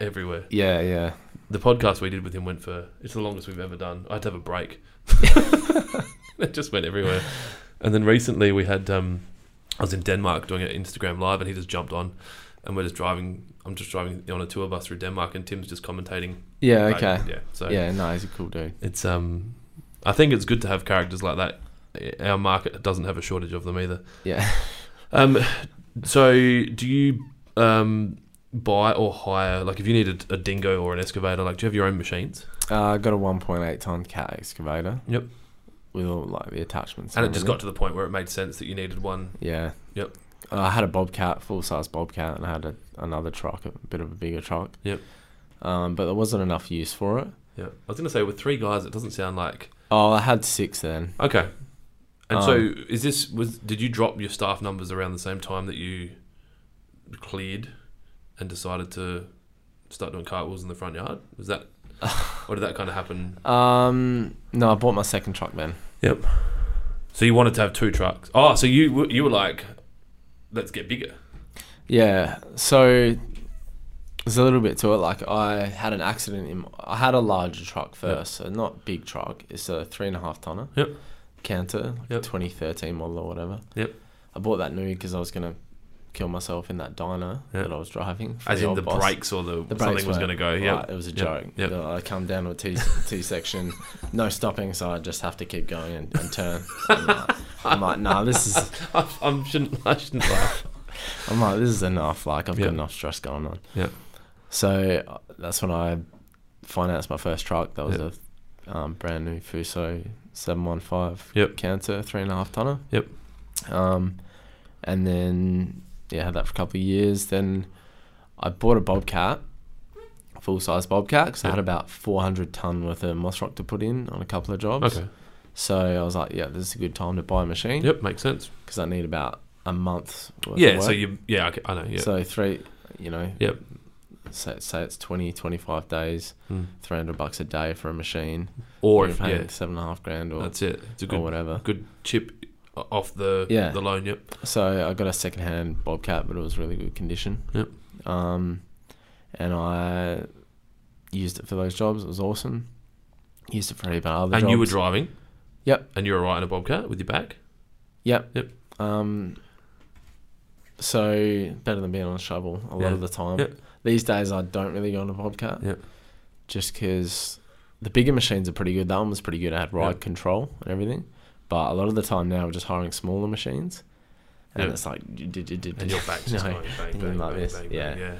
everywhere.
Yeah, yeah.
The podcast we did with him went for it's the longest we've ever done. I had to have a break. it just went everywhere. And then recently we had um, I was in Denmark doing an Instagram live, and he just jumped on, and we're just driving. I'm just driving on a tour bus through Denmark, and Tim's just commentating.
Yeah,
Like,
okay.
Yeah. So
Yeah, no, he's a cool dude.
it's um, I think it's good to have characters like that. Our market doesn't have a shortage of them either.
Yeah.
Um, so do you um buy or hire like if you needed a dingo or an excavator, like do you have your own machines?
Uh, I got a 1.8 ton cat excavator.
Yep.
With all like the attachments.
And it
and
just
everything.
got to the point where it made sense that you needed one.
Yeah.
Yep.
I had a bobcat, full size bobcat, and I had a, another truck, a bit of a bigger truck.
Yep.
Um, but there wasn't enough use for it.
Yeah, I was gonna say with three guys, it doesn't sound like
Oh, I had six then.
okay. And
Um,
so is this was did you drop your staff numbers around the same time that you cleared and decided to start doing cartwheels in the front yard? Was that or did that kind of happen?
Um, no, I bought my second truck then.
So you wanted to have two trucks. Oh, so you were- you were like, let's get bigger.
Yeah. So there's a little bit to it. Like I had an accident in. I had a larger truck first, so not big truck. It's a three and a half tonner.
Yep.
Canter, like a
Yep.
2013 model or whatever.
Yep.
I bought that new because I was gonna kill myself in that diner
Yep.
that I was driving. for
As in
old
the
boss.
brakes or the,
The
something
brakes
was going
weren't
to go. Yeah,
right, it was a
Yep.
joke.
Yep.
So I come down to a T T section, no stopping, so I just have to keep going and, and turn. I'm like, I'm like, nah, this is
I, I shouldn't. I shouldn't laugh.
I'm like, this is enough. Like, I've
Yeah.
got enough stress going on.
Yeah.
So uh, that's when I financed my first truck. That was
Yeah.
a um, brand new Fuso 715
Yep.
Canter, three and a half tonner.
Yep.
Um, and then, yeah, had that for a couple of years. Then I bought a Bobcat, full size Bobcat, because I
Yep.
had about 400 ton worth of Moss Rock to put in on a couple of jobs.
okay.
So I was like, yeah, this is a good time to buy a machine
Yep, makes sense.
because I need about a month's worth
Yeah.
of
So
work.
you. Yeah. Okay, I know. Yeah.
So three, you know.
Yep.
Say, say it's 20, 25 days,
Mm.
300 bucks a day for a machine.
Or
you're
if
paying
yeah,
seven and a half grand or,
that's it. It's a
or
good
whatever.
good chip o- off the
Yeah.
the loan. Yep.
So I got a second hand Bobcat, but it was really good condition.
Yep.
Um, and I used it for those jobs. It was awesome. Used it for a heap of other
and
jobs.
you were driving.
Yep.
And you were riding a bobcat with your back.
Um, so better than being on a shovel a
Yeah.
lot of the time.
Yeah.
These days, I don't really go on a bobcat.
Yeah.
Just because the bigger machines are pretty good. That one was pretty good. I had ride
Yeah.
control and everything. But a lot of the time now, we're just hiring smaller machines, and
Yeah.
it's like d- d- d- d-
And your back's just
No.
going bang,
Even
bang,
like
bang,
this,
bang,
yeah.
bang. Yeah.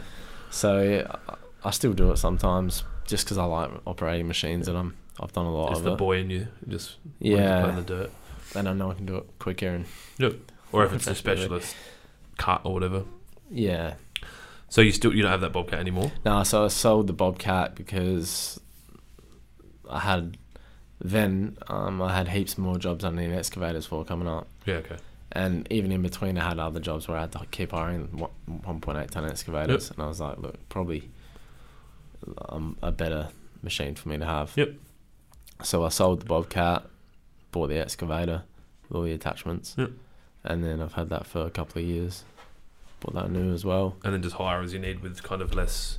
So I, I still do it sometimes, just because I like operating machines, and I'm I've done a lot
It's
of
the
it.
boy in you. Just wanted to play in
yeah,
the dirt.
and I know I can do it quicker, and
Or if it's a
Definitely.
specialist cut or whatever.
yeah.
So you still you don't have that bobcat anymore.
No, so I sold the Bobcat because I had then um, I had heaps more jobs I needed excavators for coming up,
Yeah. Okay.
and even in between I had other jobs where I had to keep hiring one- 1.8 ton excavators, and I was like, look, probably um, a better machine for me to have.
Yep.
So I sold the Bobcat, bought the excavator, with all the attachments,
Yep.
and then I've had that for a couple of years. Bought that new as well.
And then just hire as you need with kind of less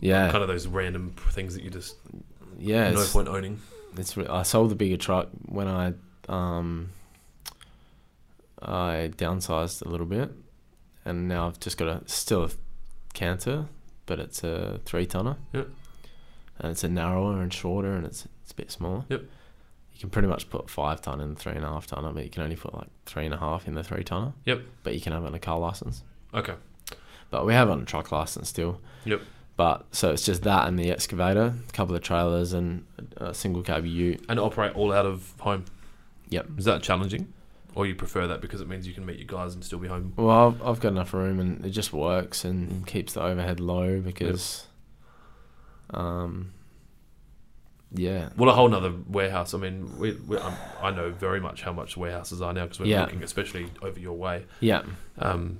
Yeah,
kind of those random things that you just
yeah.
no
it's-
point owning.
It's re- I sold the bigger truck when I um I downsized a little bit, and now I've just got a still a canter, but it's a three tonner.
Yep.
And it's a narrower and shorter, and it's it's a bit smaller.
Yep.
You can pretty much put five ton in the three and a half tonner, but you can only put like three and a half in the three tonner.
Yep.
But you can have it on a car license.
Okay.
But we have it on a truck license still.
Yep.
But so it's just that and the excavator, a couple of trailers, and a single cab ute.
And operate all out of home.
Yep.
Is that challenging, or you prefer that because it means you can meet your guys and still be home?
Well, I've, I've got enough room, and it just works and keeps the overhead low because, um, yeah,
Well, a whole nother warehouse. I mean, we, we, um, I know very much how much warehouses are now because we're
Yeah.
looking, especially over your way.
yeah,
Um,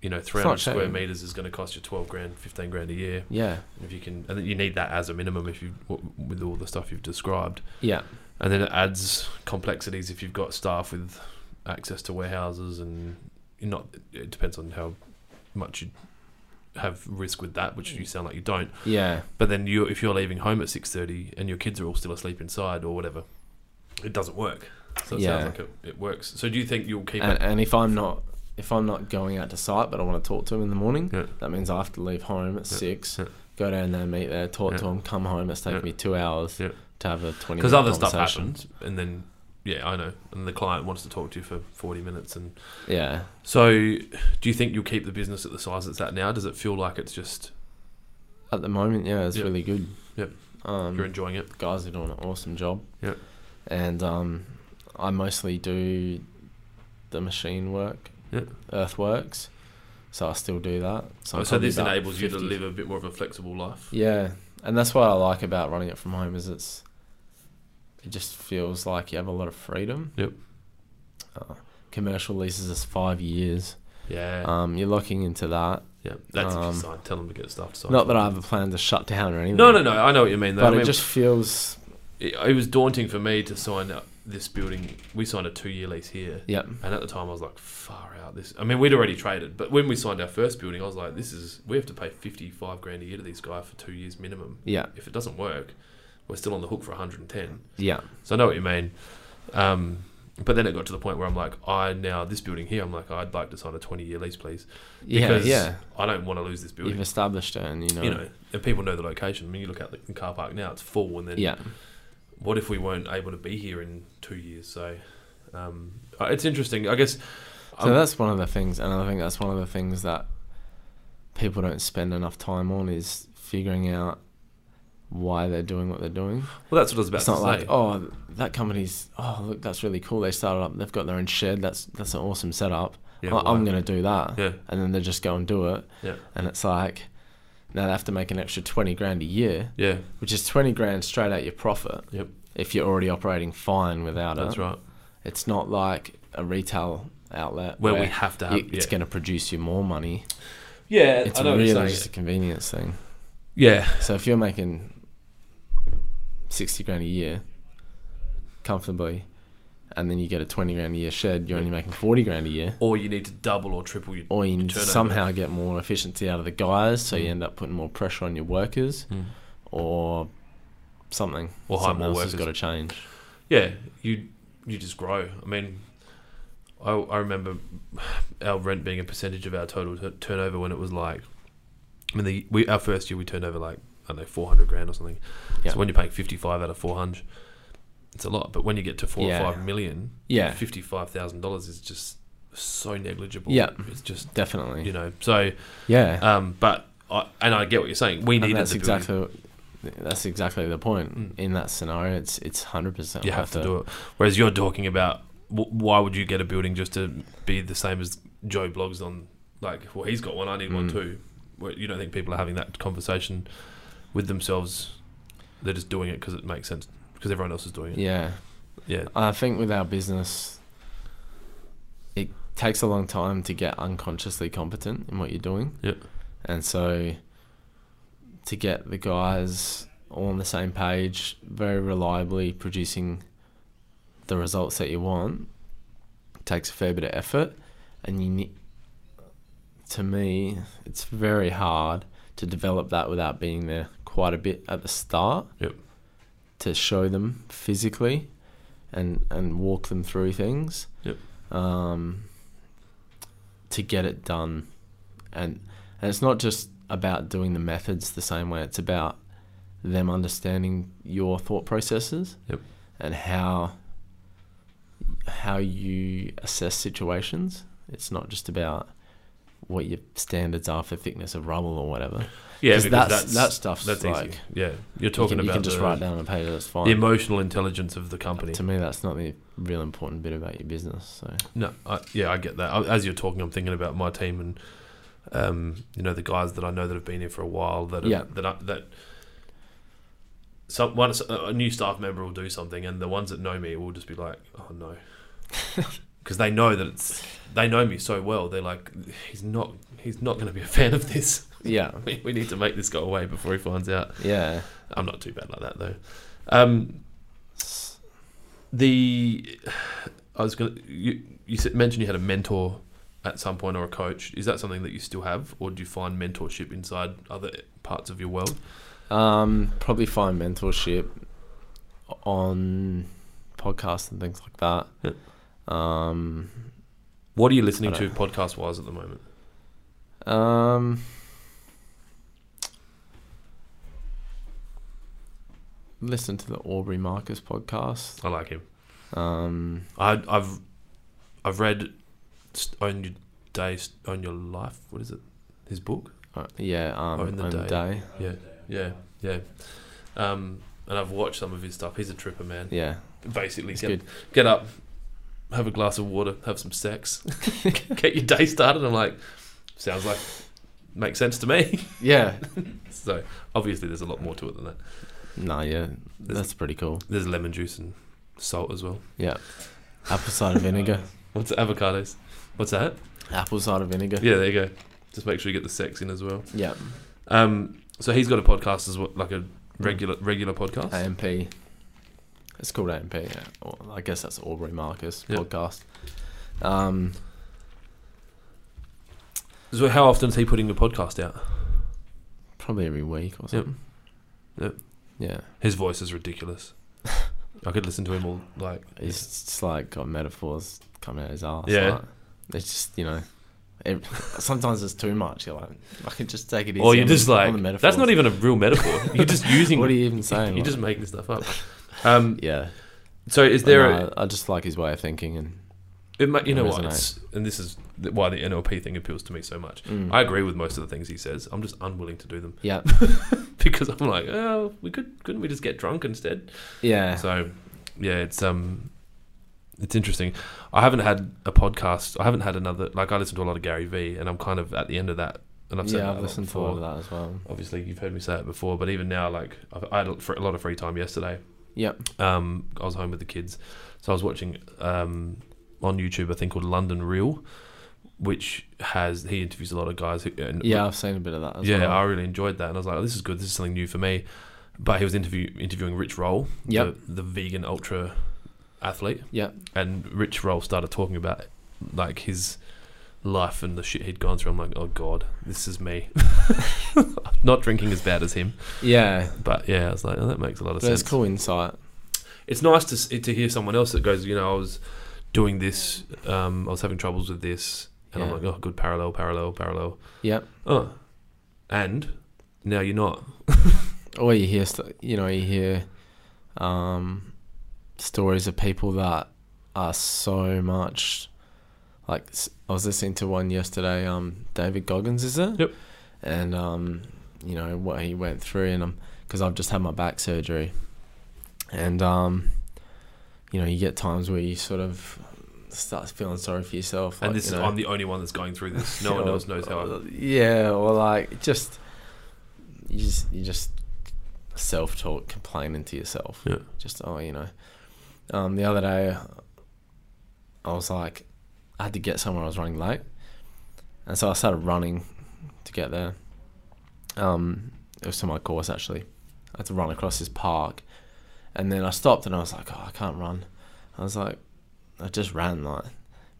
you know,
not
300 square
cheap.
meters is going to cost you 12 grand, 15 grand a year.
yeah,
If you can, and you need that as a minimum if you w- with all the stuff you've described,
yeah,
and then it adds complexities if you've got staff with access to warehouses and you're not. It depends on how much you have risk with that, which you
Mm.
sound like you don't.
yeah,
But then you, if you're leaving home at six thirty and your kids are all still asleep inside or whatever, it doesn't work. So it
Yeah.
sounds like it, it works. So do you think you'll keep
and,
it?
and if I'm not if I'm not going out to site, but I want to talk to him in the morning,
Yeah.
that means I have to leave home at
Yeah,
six,
yeah.
go down there, meet there, talk to
Yeah.
him, come home. It's taken
Yeah.
me two hours
Yeah.
to have a twenty
Because
minute
other stuff
conversation.
happens, and then yeah, I know. And the client wants to talk to you for forty minutes, and
Yeah,
so do you think you'll keep the business at the size it's at now? Does it feel like it's just
at the moment, yeah, it's
Yep.
really good.
Yep.
Um,
you're enjoying it?
guys are doing an awesome job.
Yeah.
And um, I mostly do the machine work,
Yeah.
earthworks. So I still do that.
So,
I'm
so
probably
this
about
enables you to
50
live a bit more of a flexible life.
Yeah, and that's what I like about running it from home is it's. It just feels like you have a lot of freedom.
Yep.
Uh, commercial leases is five years.
Yeah,
Um, you're locking into that.
yeah. That's if
um,
you sign. Tell them to get stuff signed.
Not that I have a plan to shut down or anything.
No, no, no. I know what you mean. Though.
But
I
it
mean,
just feels.
it, it was daunting for me to sign up this building. We signed a two-year lease here.
Yep.
And at the time, I was like, far out. This. I mean, we'd already traded, but when we signed our first building, I was like, this is. We have to pay fifty-five grand a year to these guys for two years minimum.
Yeah.
If it doesn't work, we're still on the hook for one hundred and ten.
Yeah.
So I know what you mean. Um, but then it got to the point where I'm like, I now this building here. I'm like, I'd like to sign a twenty-year lease, please,
Yeah.
Because-
Yeah.
I don't want to lose this building.
You've established it, and you know.
You know, and people know the location. I mean, you look at the car park now; it's full, and then
yeah.
what if we weren't able to be here in two years? So um, uh, it's interesting. I guess.
So
um,
that's one of the things, and I think that's one of the things that people don't spend enough time on is figuring out why they're doing what they're doing.
well, that's what I was about
it's
to
not
say.
like, oh, that company's, oh, look, that's really cool. They started up, they've got their own shed. That's that's an awesome setup.
yeah,
I, I'm
why?
going to do that.
yeah,
And then they just go and do it.
Yeah.
And it's like, now they have to make an extra 20 grand a year,
yeah,
which is 20 grand straight out your profit.
Yep.
If you're already operating fine without
that's
it.
right.
It's not like a retail outlet
Where we have to have.
it- it's
yeah,
going to produce you more money.
yeah
It's
I know what
really
you're saying.
just a convenience thing.
Yeah,
So if you're making sixty grand a year comfortably, and then you get a twenty grand a year shed, you're only making forty grand a year.
or you need to double or triple your.
Or you need to
Turnover.
somehow get more efficiency out of the guys, so you end up putting more pressure on your workers,
Mm.
or something.
Or hire
something
more
else
workers.
has got to change.
yeah, you you just grow. I mean, I, I remember our rent being a percentage of our total t- turnover when it was like, I mean, the, we our first year we turned over like I don't know four hundred grand or something.
Yeah.
So when you're paying fifty five out of four hundred, it's a lot. But when you get to four
Yeah.
or five million,
Yeah,
fifty five thousand dollars is just so negligible.
Yeah.
it's just
definitely.
you know. So,
Yeah,
um, but I, and I get what you're saying. We
and
needed
that's
the building.
exactly that's exactly the point.
Mm.
In that scenario, it's it's hundred percent.
you have to do it. Whereas you're talking about wh- why would you get a building just to be the same as Joe blogs on like well he's got one I need one
Mm.
too. Well, you don't think people are having that conversation with themselves? They're just doing it because it makes sense because everyone else is doing it.
Yeah.
Yeah,
I think with our business, it takes a long time to get unconsciously competent in what you're doing.
Yep.
And so to get the guys all on the same page, very reliably producing the results that you want, takes a fair bit of effort. And you need, to me, it's very hard to develop that without being there quite a bit at the start.
Yep.
To show them physically and and walk them through things.
Yep.
um, to get it done, and and it's not just about doing the methods the same way. It's about them understanding your thought processes
Yep.
and how how you assess situations. It's not just about what your standards are for thickness of rubble or whatever.
Yeah, because
'Cause that's-
that's,
that stuff's
that's
like-
easy. Yeah, you're
You
talking
can, you
about
can just
the,
write down on paper. That's fine.
the emotional intelligence of the company.
To me, that's not the real important bit about your business. So
No, I, yeah, I get that. I, as you're talking, I'm thinking about my team and um, you know the guys that I know that have been here for a while. That have,
Yeah.
that I, that some one a new staff member will do something, and the ones that know me will just be like, "Oh no," because they know that it's they know me so well. They're like, "He's not he's not going to be a fan of this.
yeah,
We, we need to make this go away before he finds out."
yeah,
I'm not too bad like that though. Um, the I was gonna you you said- mentioned you had a mentor at some point or a coach. Is that something that you still have, or do you find mentorship inside other parts of your world?
um, probably find mentorship on podcasts and things like that.
Yeah.
Um,
What are you listening
I
to
don't-
podcast wise at the moment?
Um, listen to the Aubrey Marcus podcast.
I like him.
Um,
I I've I've read St- Own Your Day, St- Own Your Life. What is it? His book.
uh, yeah, um,
Own the
Own the
Day.
day.
Yeah, yeah, yeah. Um, and I've watched some of his stuff. He's a tripper, man.
Yeah,
Basically,
it's
get
good.
get up, have a glass of water, have some sex, get your day started. I'm like, sounds like makes sense to me.
Yeah,
so obviously, there's a lot more to it than that.
no, yeah,
There's-
that's pretty cool.
There's lemon juice and salt as well.
Yeah, apple cider vinegar.
What's avocados? What's that?
apple cider vinegar.
Yeah, there you go. Just make sure you get the sex in as well.
Yeah,
Um, so he's got a podcast as well, like
Mm.
a regular regular podcast.
AMP. It's called AMP. Yeah, or, I guess that's Aubrey Marcus
Yeah.
podcast. Um,
So how often is he putting the podcast out?
probably every week or something.
Yep.
Yeah.
His voice is ridiculous. I could listen to him all like
He's just like got metaphors coming out of his ass.
Yeah.
like, it's just you know, it, sometimes it's too much. You're like, I can just take it easy.
or you're
on
just
the- on
like
the metaphors.
that's not even a real metaphor. You're just using
What are you even saying?
You're
Like,
just making stuff up. Um,
yeah.
so is
There,
there?
no,
a,
I I just like his way of thinking, and
it ma- you know
I
what?
resonate.
It's, and this is th- why the NLP thing appeals to me so much.
Mm.
I agree with most of the things he says. I'm just unwilling to do them
yeah,
because I'm like, oh, we could couldn't we just get drunk instead?
yeah,
So yeah, it's um, it's interesting. I haven't had a podcast. I haven't had another. Like I listen to a lot of Gary Vee, and I'm kind of at the end of that. And I've said
yeah.
that a
I've
lot
listened to
before.
all of that as well.
Obviously, you've heard me say it before, but even now, like I've, I had a fr- a lot of free time yesterday.
Yep.
um, I was home with the kids, so I was watching um, on YouTube a thing called London Real, which has he interviews a lot of guys. Who, and,
Yeah, I've seen a bit of that. As
yeah,
well.
I really enjoyed that, and I was like, oh, "This is good. This is something new for me." But he was interview, interviewing Rich Roll,
Yep.
the, the vegan ultra athlete.
Yep.
and Rich Roll started talking about like his life and the shit he'd gone through. I'm like, "Oh God, this is me." Not drinking as bad as him,
yeah.
but yeah, I was like, "Oh, that makes a lot of
But
sense."
it's cool insight.
it's nice to s- to hear someone else that goes, you know, I was doing this, um, I was having troubles with this, and I'm
Yeah.
like, oh, good parallel, parallel, parallel.
Yep.
Oh, and now you're not.
Or you hear, st- you know, you hear um, stories of people that are so much like s- I was listening to one yesterday. Um, David Goggins is it?
Yep.
And um, you know what he went through, and um, because I've just had my back surgery, and um, you know, you get times where you sort of start feeling sorry for yourself.
and
like,
this
you
is,
know,
I'm the only one that's going through this. No one
or-
else knows how. I,
or- Yeah, or like just you just you just self talk, complaining to yourself.
Yeah.
Just oh, you know. Um, the other day, I was like, I had to get somewhere. I was running late, and so I started running to get there. Um, it was to my course actually. I had to run across this park, and then I stopped and I was like, oh, I can't run. I was like, I just ran like,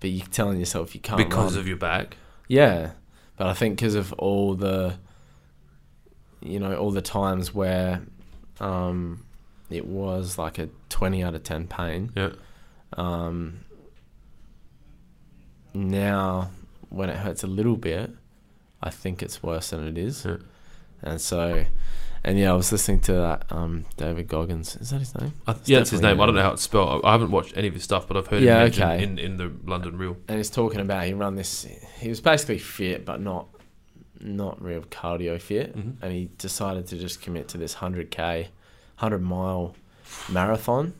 but you're telling yourself you can't
because
run.
of your back.
Yeah, but I think because of all the, you know, all the times where, um, it was like a twenty out of ten pain.
Yeah.
Um, now when it hurts a little bit, I think it's worse than it is.
Yeah.
And so, and yeah, I was listening to that um, David Goggins. Is that his name?
I, yeah, that's his
definitely
name. I don't
it.
know how it's spelled. I I haven't watched any of his stuff, but I've heard
Yeah,
him mentioned
okay.
in, in the London Reel.
and he's talking about he run this. He was basically fit, but not not real cardio fit,
Mhm.
and he decided to just commit to this hundred k, hundred mile marathon,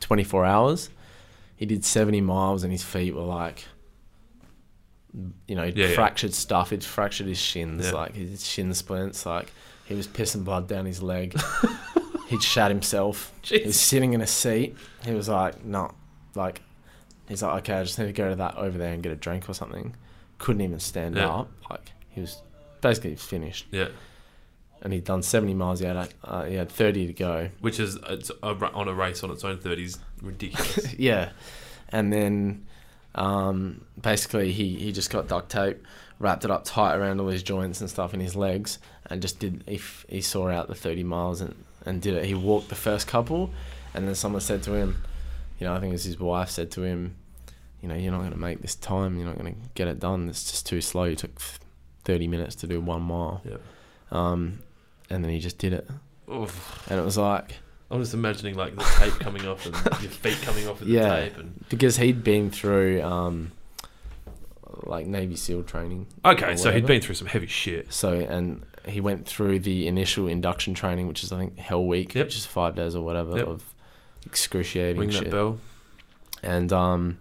twenty four hours. He did seventy miles, and his feet were like, you know,
Yeah, yeah.
fractured stuff. He'd fractured his shins,
Yeah.
like his shin splints. Like he was pissing blood down his leg. He'd shat himself. He was sitting in a seat. He was like, no, like, he's like, okay, I just need to go to that over there and get a drink or something. Couldn't even stand
Yeah.
up. Like, he was basically finished.
Yeah,
And he'd done 70 miles. He had, uh, he had 30 to go.
which is it's a, ra- on a race on its own thirties, ridiculous.
yeah. And then um, basically he, he just got duct tape, wrapped it up tight around all his joints and stuff in his legs, and just did. He, f- he saw out the 30 miles and, and did it. He walked the first couple, and then someone said to him, you know, I think it was his wife said to him, you know, you're not going to make this time. You're not going to get it done. It's just too slow. You took 30 minutes to do one mile.
yeah.
Um, and then he just did it.
Oof.
And it was like,
I'm just imagining like the tape coming off and your feet coming off of the
Yeah.
tape. And
because he'd been through um, like Navy SEAL training.
okay,
or
so he'd
whatever.
been through some heavy shit.
So and he went through the initial induction training, which is I think Hell Week,
Yep.
which is five days or whatever
Yep.
of excruciating
Ring
shit.
that bell.
And um,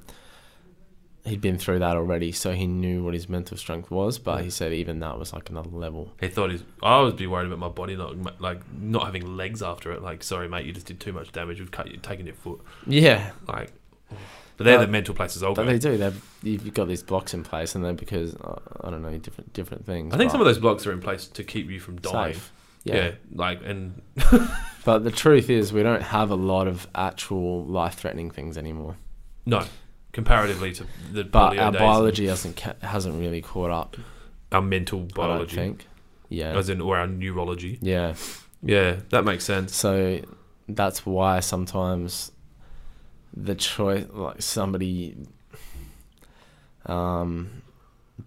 he'd been through that already, so he knew what his mental strength was. But he said even that was like another level.
He thought he's. I always be worried about my body not like not having legs after it. Like, sorry, mate, you just did too much damage. We've cut you, taken your foot.
Yeah,
Like, but they're
No,
the mental places I'll go.
but they do. They've you've got these blocks in place, and they're because uh, I don't know different different things.
I think some of those blocks are in place to keep you from dying. Yeah.
yeah,
like and
But the truth is, we don't have a lot of actual life-threatening things anymore.
no, comparatively to the
But
polio
our
days,
biology hasn't ca- hasn't really caught up.
our mental
Biology. I
biology,
don't think. Yeah.
as in or our neurology.
Yeah.
Yeah, that makes sense.
So that's why sometimes the choice, like somebody um,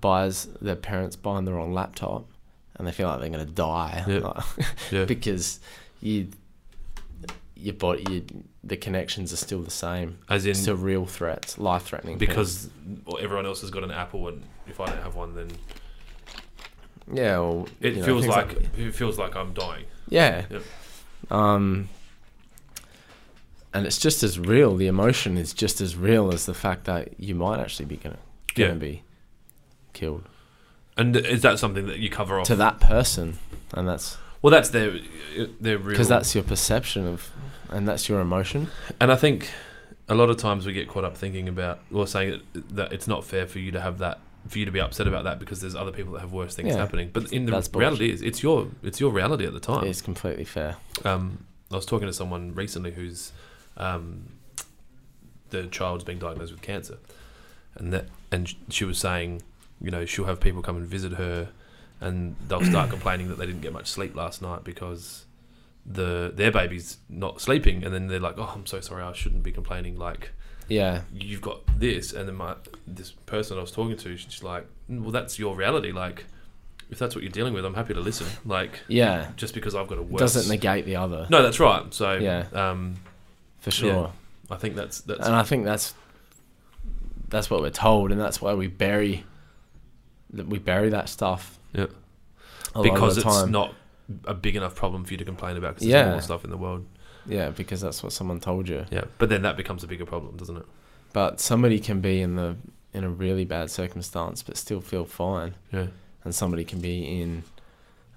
buys their parents buying the wrong laptop, and they feel like they're gonna die
Yeah.
Like,
Yeah,
because you your body, you, the connections are still the same.
as in
Still real threats, life threatening.
because everyone else has got an Apple, and if I don't have one, then
yeah, well,
it
you know,
feels
things
like it feels like I'm dying.
Yeah.
Yep.
Um, and it's just as real. The emotion is just as real as the fact that you might actually be gonna, gonna
Yeah.
be killed
And is that something that you cover off?
to that person, and that's
well, that's their their real.
because that's your perception of, and that's your emotion.
And I think a lot of times we get caught up thinking about or saying that, that it's not fair for you to have that for you to be upset about that because there's other people that have worse things
Yeah.
happening. But in the
That's bullshit.
reality is it's your it's your reality at the time.
It's completely fair.
Um, I was talking to someone recently who's um, the child's being diagnosed with cancer, and that and sh- she was saying, you know, she'll have people come and visit her, and they'll start complaining that they didn't get much sleep last night because the their baby's not sleeping, and then they're like, oh, I'm so sorry, I shouldn't be complaining. Like
Yeah.
you've got this, and then my this person I was talking to, she's like, "Mm, well, that's your reality. Like if that's what you're dealing with, I'm happy to listen. Like
Yeah.
just because I've got a
It
worse
doesn't negate the other
no, that's right. So
Yeah.
um,
for sure.
I think that's that's
and I think that's that's what we're told, and that's why we bury that we bury that stuff.
Yeah.
a lot of
because
the
it's
time.
not a big enough problem for you to complain about because
Yeah.
there's more stuff in the world.
Yeah, because that's what someone told you.
Yeah, but then that becomes a bigger problem, doesn't it?
But somebody can be in the in a really bad circumstance but still feel fine,
Yeah,
and somebody can be in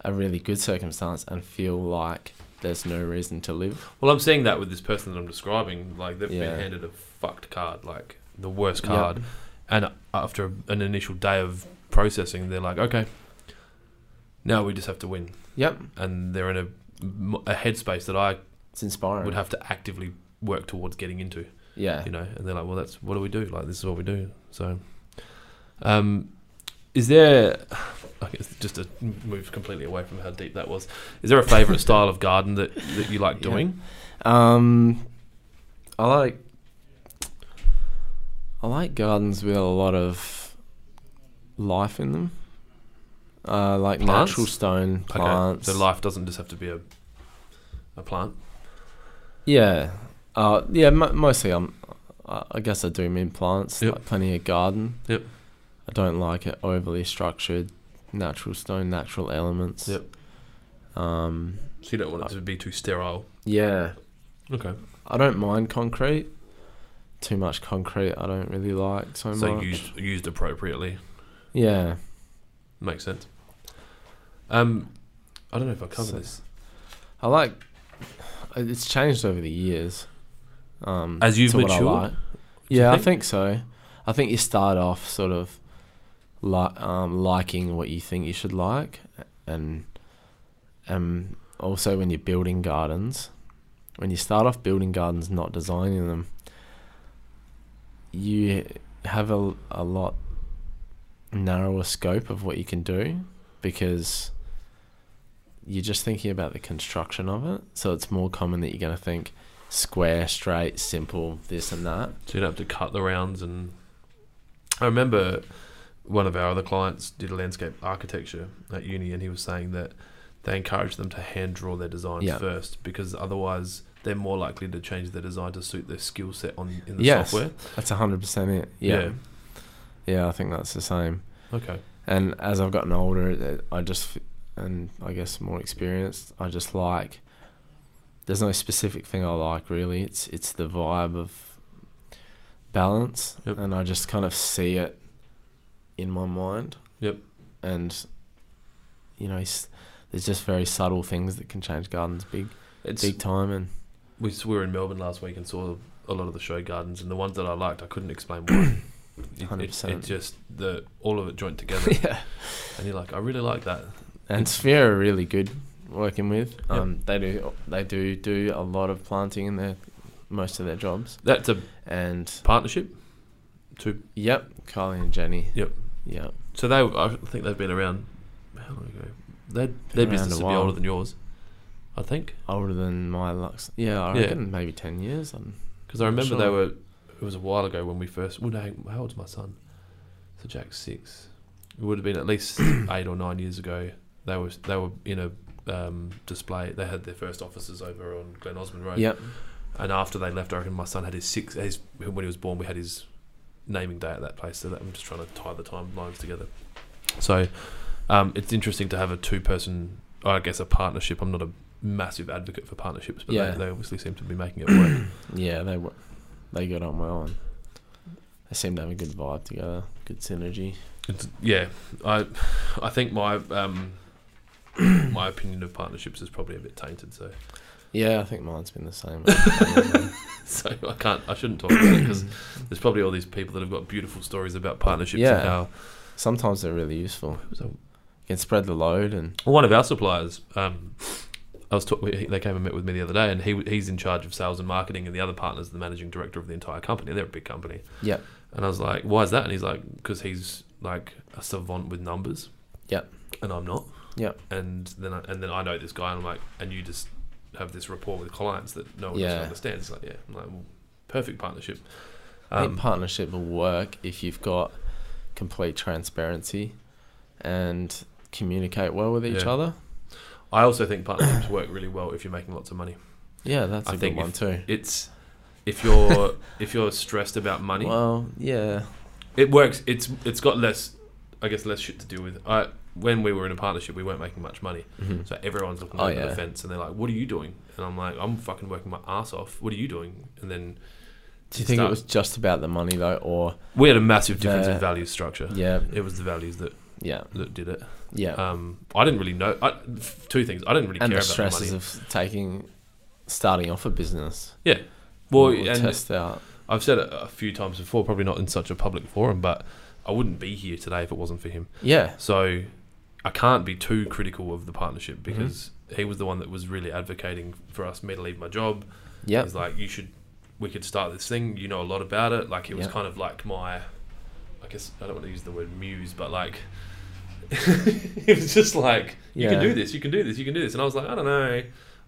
a really good circumstance and feel like there's no reason to live.
Well, I'm seeing that with this person that I'm describing. Like they've
Yeah.
been handed a fucked card, like the worst
Yep.
card, and after an initial day of processing, they're like, okay, now we just have to win,
Yep,
and they're in a a headspace that I
it's inspiring.
would have to actively work towards getting into.
yeah,
you know and they're like well that's what do we do like this is what we do so um is there I guess just to move completely away from how deep that was is there a favorite style of garden that that you like
Yeah.
doing
Um, I like. I like gardens with a lot of life in them. Uh, like
Plants?
natural stone plants.
Okay. So life doesn't just have to be a a plant.
Yeah, uh, yeah. M- mostly, I'm. I I guess I do mean plants.
Yep.
Like plenty of garden.
Yep.
I don't like it overly structured. Natural stone, natural elements.
Yep.
Um.
So you don't want it to be too sterile.
Yeah,
Okay.
I don't mind concrete. Too much concrete, I don't really like so,
So
much.
used used appropriately.
yeah.
Makes sense. Um, I don't know if I covered
So-
this.
I like. It's changed over the years. Um,
As you've
to what I
matured,
like.
do you
Yeah,
think?
I think so. I think you start off sort of li- um, liking what you think you should like, and and also when you're building gardens, when you start off building gardens, not designing them, you have a a lot narrower scope of what you can do because you're just thinking about the construction of it. So it's more common that you're going to think square, straight, simple, this and that.
So you don't have to cut the rounds. And I remember one of our other clients did a landscape architecture at uni, and he was saying that they encourage them to hand draw their designs
Yeah.
first because otherwise they're more likely to change their design to suit their skill set on in the
Yes.
software.
That's 100% it. Yeah. yeah. I think that's the same.
Okay.
And as I've gotten older, it- I just, f- and I guess more experienced, I just like, there's no specific thing I like really. It's, it's the vibe of balance.
Yep.
And I just kind of see it in my mind.
Yep.
And, you know, s there's just very subtle things that can change gardens big,
It's
big time. And
we s- we were in Melbourne last week and saw a lot of the show gardens, and the ones that I liked, I couldn't explain why. It, it,
100%.
it just the all of it joined together,
yeah.
and you're like, I really like that.
and Sphere are really good working with.
Yep.
Um, they do they do do a lot of planting in their most of their jobs.
That's a
And
partnership. Two.
yep, Kylie and Jenny.
Yep.
Yep.
So they, I think they've been around. How long ago? They, their
around
business
a
would be
while.
older than yours, I think,
Older than my Lux. Yeah, I
Yeah.
reckon maybe ten years. Um,
because I remember they
Sure.
were. It was a while ago when we first. Well, no, hang- how old's my son? So Jack's six. It would have been at least eight or nine years ago. They were they were in a um, display. They had their first offices over on Glen Osmond Road.
Yep.
And after they left, I reckon my son had his six. His, when he was born, we had his naming day at that place. So that, I'm just trying to tie the timelines together. So um, it's interesting to have a two-person, I guess, a partnership. I'm not a massive advocate for partnerships, but
Yeah.
they, they obviously seem to be making it work.
Yeah, they were. They got on well. And they seem to have a good vibe together. Good synergy.
It's, yeah, I, I think my um, my opinion of partnerships is probably a bit tainted. So,
Yeah, I think mine's been the same.
so I can't, I shouldn't talk about it because there's probably all these people that have got beautiful stories about partnerships
Yeah.
and how
Sometimes they're really useful.
it was a
You can spread the load and
Well, one of our suppliers. Um, I was talk- we- they came and met with me the other day, and he he's in charge of sales and marketing, and the other partner's the managing director of the entire company. They're a big company,
yep,
and I was like, "Why is that?" And he's like, "Because he's like a savant with numbers."
Yep.
And I'm not.
Yep.
And then I, and then I know this guy, and I'm like, and you just have this rapport with clients that no one
Yeah.
else understands. It's like, yeah, I'm like, well, perfect partnership.
I
Um,
think partnership will work if you've got complete transparency and communicate well with each
Yeah.
other.
I also think partnerships work really well if you're making lots of money.
Yeah, that's
I
a
think
good one
if-
too.
It's if you're if you're stressed about money.
Well, yeah,
it works. It's it's got less, I guess, less shit to do with. I when we were in a partnership, we weren't making much money, so everyone's looking
Oh,
over
yeah.
the fence and they're like, "What are you doing?" And I'm like, "I'm fucking working my ass off. What are you doing?" And then
do you think
start-
it was just about the money though, or
we had a massive difference
The-
in value structure.
yeah,
It was the values that,
yeah,
that did it.
yeah,
Um, I didn't really know. I, two things. I didn't really
and
care
the
about the
stresses
money.
of taking starting off a business?
well,
We'll
and
test out.
I've said it a few times before, probably not in such a public forum, but I wouldn't be here today if it wasn't for him.
Yeah,
So I can't be too critical of the partnership because he was the one that was really advocating for us me to leave my job.
yeah,
He's like, you should, we could start this thing. You know a lot about it. Like it was
Yeah.
kind of like my, I guess I don't want to use the word muse, but like. it was just like you can
Yeah.
do this, you can do this, you can do this, and I was like, I don't know,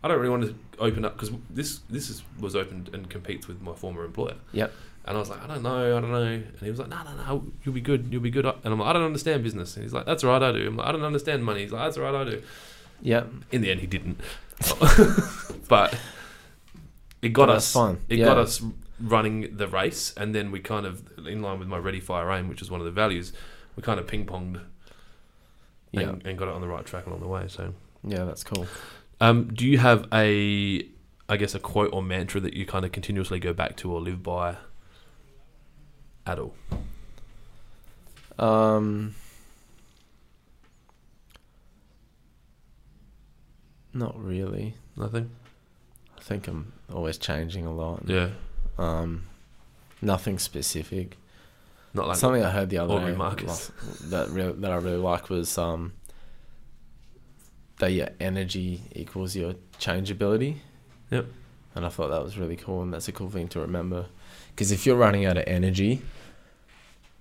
I don't really want to open up because this this is, was opened and competes with my former employer.
Yep.
And I was like, I don't know, I don't know. And he was like, No, no, no, you'll be good, you'll be good. And I'm like, I don't understand business. And he's like, That's all right, I do. I'm like, I don't understand money. He's like, That's all right, I do.
Yeah.
In the end, he didn't. but it got
But
us.
That's fine.
It
yeah.
got us running the race, and then we kind of, in line with my ready, fire, aim, which is one of the values, we kind of ping ponged
Yeah.
and, and got it on the right track along the way. So,
yeah, that's cool.
um, do you have a, I guess, a quote or mantra that you kind of continuously go back to or live by? At all?
Um, not really.
Nothing.
I think I'm always changing a lot.
Yeah.
Um, nothing specific.
Not like
Something I heard the other
Aubrey
day
Marcus.
like, that re- that I really liked was um, that your energy equals your changeability.
Yep.
And I thought that was really cool, and that's a cool thing to remember, because if you're running out of energy,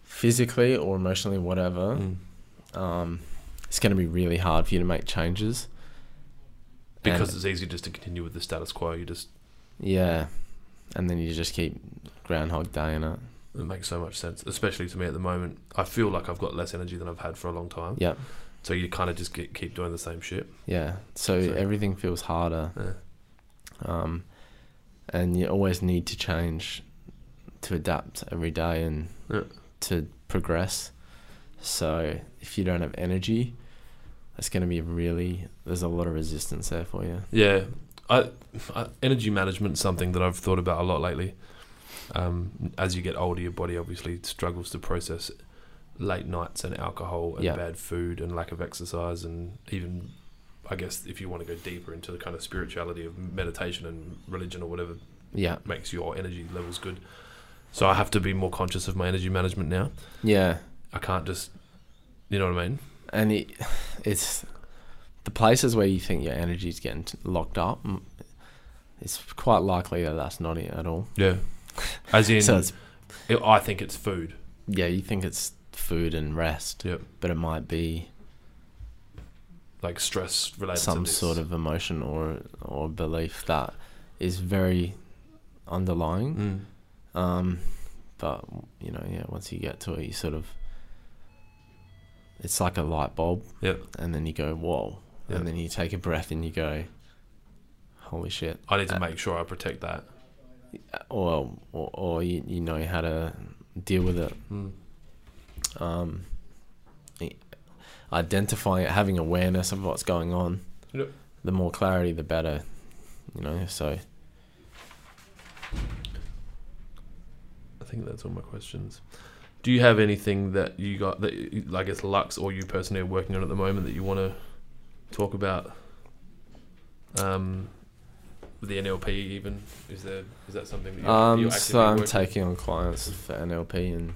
physically or emotionally, whatever,
Mm.
um, it's going to be really hard for you to make changes.
because
And-
it's easier just to continue with the status quo. You just
yeah, and then you just keep Groundhog Day in it.
it makes so much sense, especially to me at the moment. I feel like I've got less energy than I've had for a long time.
Yeah,
So you kind of just get, keep doing the same shit.
yeah. So,
So-
everything feels harder,
Yeah.
um, and you always need to change, to adapt every day and
Yeah.
to progress. So if you don't have energy, that's going to be really. There's a lot of resistance there for you.
Yeah, I, I, energy management's something that I've thought about a lot lately. Um, as you get older, your body obviously struggles to process late nights and alcohol and
Yeah.
bad food and lack of exercise and even, I guess, if you want to go deeper into the kind of spirituality of meditation and religion or whatever
Yeah,
makes your energy levels good. So I have to be more conscious of my energy management now.
yeah.
I can't just, you know what I mean?
and it, it's the places where you think your energy's getting t- locked up. mm, It's quite likely that that's not it at all.
Yeah. As in,
so it's
it- I think it's food.
yeah, you think it's food and rest,
Yep.
but it might be
Like stress related to
some
this.
sort of emotion or or belief that is very underlying.
Mm.
Um, but you know, yeah, once you get to it, you sort of it's like a light bulb.
Yep.
And then you go, whoa,
Yep.
and then you take a breath and you go, holy shit.
I need to
Uh,
make sure I protect that.
or or, or you, you know how to deal with it
Hmm.
um i- identifying it having awareness of what's going on
Yep.
the more clarity the better you know so
I think that's all my questions. Do you have anything that you got that you- I guess Lux or you personally are working on at the moment that you want to talk about? Um, the NLP even is there is that something that you're,
um
you're
so
actively
i'm
working-
taking on clients for nlp and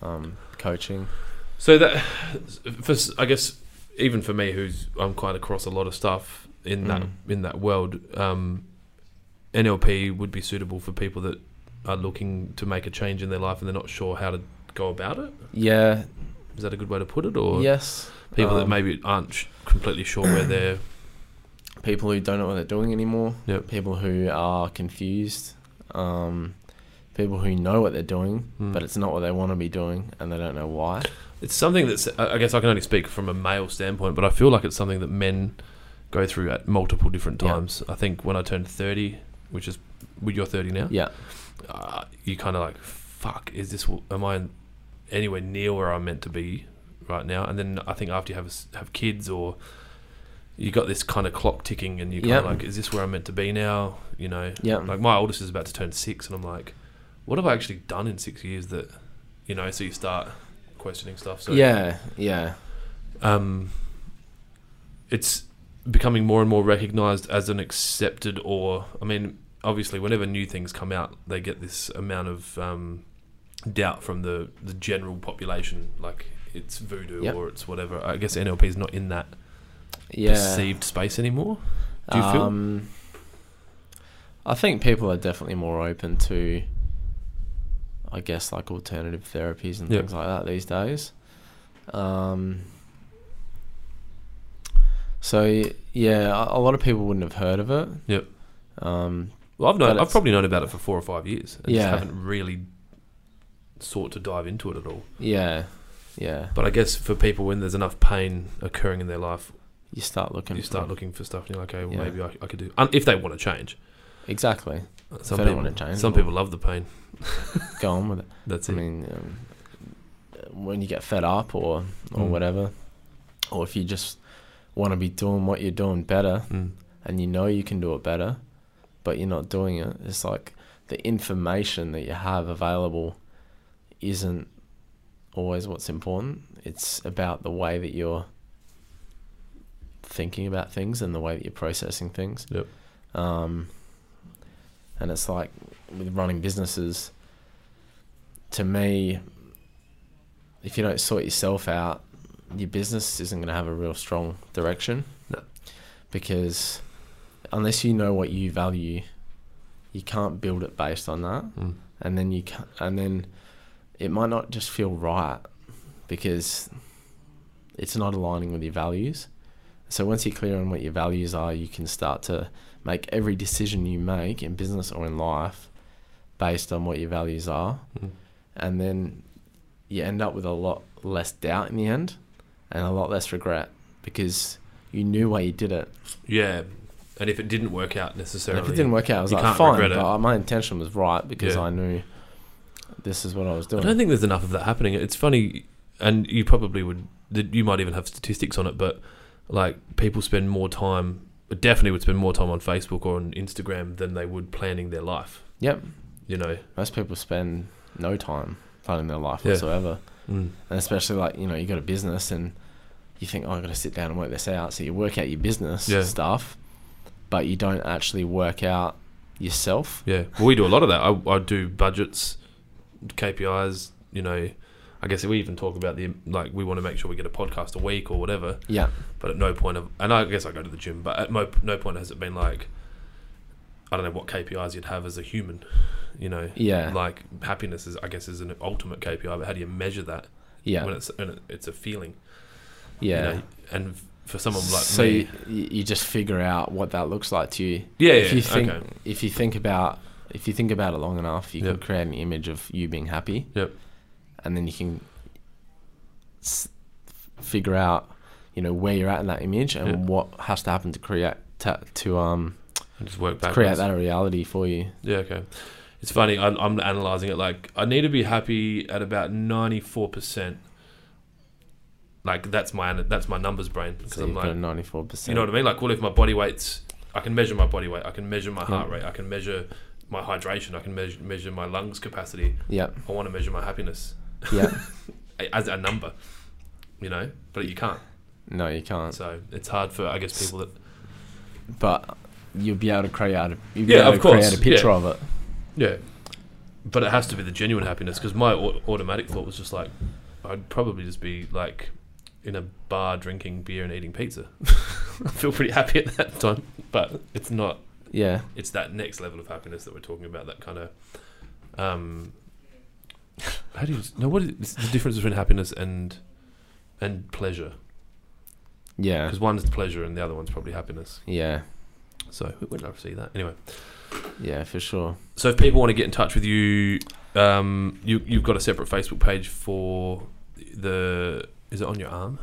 um coaching
So that for s- I guess even for me who's I'm quite across a lot of stuff in that
Mm.
in that world um, NLP would be suitable for people that are looking to make a change in their life and they're not sure how to go about it.
yeah
Is that a good way to put it, or
yes
people that
um,
maybe aren't sh- completely sure where they're?
people who don't know what they're doing anymore
Yep.
people who are confused um people who know what they're doing
Mm.
but it's not what they want to be doing and they don't know why
It's something that's. I I guess I can only speak from a male standpoint, but I feel like it's something that men go through at multiple different
Yeah.
times. I think when I turned thirty, which is, well, you're thirty now.
yeah
Uh, you kind of like, fuck, is this? wh- Am I anywhere near where I'm meant to be right now? And then I think after you have a s- have kids or you got this kind of clock ticking, and you kind
Yep.
of like, is this where I'm meant to be now? You know,
yeah
Like my oldest is about to turn six, and I'm like, what have I actually done in six years that, you know? So you start questioning stuff. So
yeah, yeah,
um, it's becoming more and more recognised as an accepted, or I mean, obviously, whenever new things come out, they get this amount of um, doubt from the the general population, like it's voodoo
Yep.
or it's whatever. I guess NLP is not in that
yeah.
perceived space anymore. do you feel?
Um, I think people are definitely more open to, I guess, like alternative therapies and
Yeah.
things like that these days. Um, so y- yeah, a, a lot of people wouldn't have heard of it.
Yep.
Um,
Well, I've known,
But
I've
it's-
probably known about it for four or five years, and
Yeah.
just haven't really sought to dive into it at all.
Yeah, yeah.
But I guess for people, when there's enough pain occurring in their life,
You start looking.
you
for
start
it.
looking for stuff, and you're like, okay, well,
Yeah.
maybe I, I could do un- if they want to change.
Exactly.
Some
they don't
people,
wanna change,
some
well-
people love the pain.
Go on with it.
That's
I
it.
mean, um, when you get fed up or or
Mm.
whatever, or if you just want to be doing what you're doing better
Mm.
and you know you can do it better, but you're not doing it, it's like the information that you have available isn't always what's important. It's about the way that you're thinking about things and the way that you're processing things.
Yep.
Um, and it's like with running businesses, to me, if you don't sort yourself out, your business isn't going to have a real strong direction.
No.
Because unless you know what you value, you can't build it based on that
Mm.
and then you can and then it might not just feel right because it's not aligning with your values so once you're clear on what your values are you can start to make every decision you make in business or in life based on what your values are
Mm.
and then you end up with a lot less doubt in the end and a lot less regret because you knew why you did it
Yeah, and if it didn't work out
and
necessarily,
if it didn't work out, I was
You
like,
can't
fine,
regret
but
it.
uh, my intention was right because
Yeah.
I knew this is what I was
I
doing.
don't think there's enough of that happening. It's funny, and you probably would. that You might even have statistics on it, but like people spend more time, definitely would spend more time on Facebook or on Instagram than they would planning their life.
Yep.
You know,
Most people spend no time planning their life
Yeah.
whatsoever,
mm.
and especially like you know you got a business and you think oh I got to sit down and work this out. So you work out your business
Yeah.
stuff, but you don't actually work out yourself.
yeah. Well, we do a lot of that. I, I do budgets, KPIs. You know, I guess we even talk about the like we want to make sure we get a podcast a week or whatever.
Yeah,
But at no point of, and I guess I go to the gym, but at mo, no point has it been like, I don't know what KPIs you'd have as a human, you know.
yeah,
Like happiness is, I guess, is an ultimate KPI, but how do you measure that?
yeah,
When it's when it- it's a feeling. you
yeah.
know? And f- for someone like
so
me,
you, you just figure out what that looks like to you.
yeah,
if
yeah,
you think
okay,
if you think about if you think about it long enough, you
Yep.
can create an image of you being happy.
Yep.
And then you can s- figure out, you know, where you're at in that image and
Yep.
what has to happen to create to, to um
and just work
to
backwards.
create that a reality for you.
Yeah, okay. It's funny. I'm, I'm analyzing it like I need to be happy at about ninety four percent. Like that's my that's my numbers brain because
So
I'm
you've
like
got a ninety four percent.
You know what I mean? Like, what if my body weight's? I can measure my body weight. I can measure my heart
Yeah.
rate. I can measure my hydration. I can measure measure my lungs capacity.
Yep.
I want to measure my happiness
Yep.
a- as a number. You know, but you can't.
no, you can't.
So it's hard for I guess people that
But you'll be able to create a you'll be
Yeah,
able
of
to create
course,
a picture
yeah.
of it.
yeah. But it has to be the genuine happiness because my au- automatic thought was just like, I'd probably just be like in a bar drinking beer and eating pizza. I feel pretty happy at that time, but it's not.
Yeah.
it's that next level of happiness that we're talking about. That kind of, um, how do you know what is it's the difference between happiness and and pleasure?
Yeah.
Because one's pleasure and the other one's probably happiness.
Yeah.
So we would love to see that anyway.
Yeah, for sure.
So if people want to get in touch with you, um, you you've got a separate Facebook page for the is it on your arm?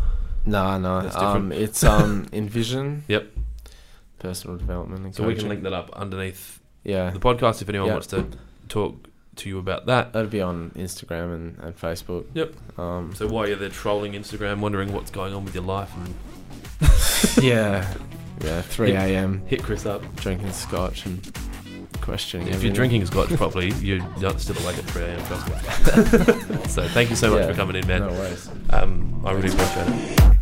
No, no.
That's different.
um, it's um envision.
Yep.
Personal development and
So we can
coaching.
link that up underneath
Yeah,
the podcast if anyone
Yeah.
wants to talk to you about that.
that'll be on Instagram and, and Facebook.
Yep.
Um,
So while you're there trolling Instagram, wondering what's going on with your life, and
yeah, yeah. 3 a.m.
hit Chris up.
drinking scotch and questioning.
If you're
everything.
drinking scotch properly, you're not still awake at 3 a.m. Trust me. so thank you so much
Yeah,
for coming in, man.
no worries.
Um, I really appreciate it.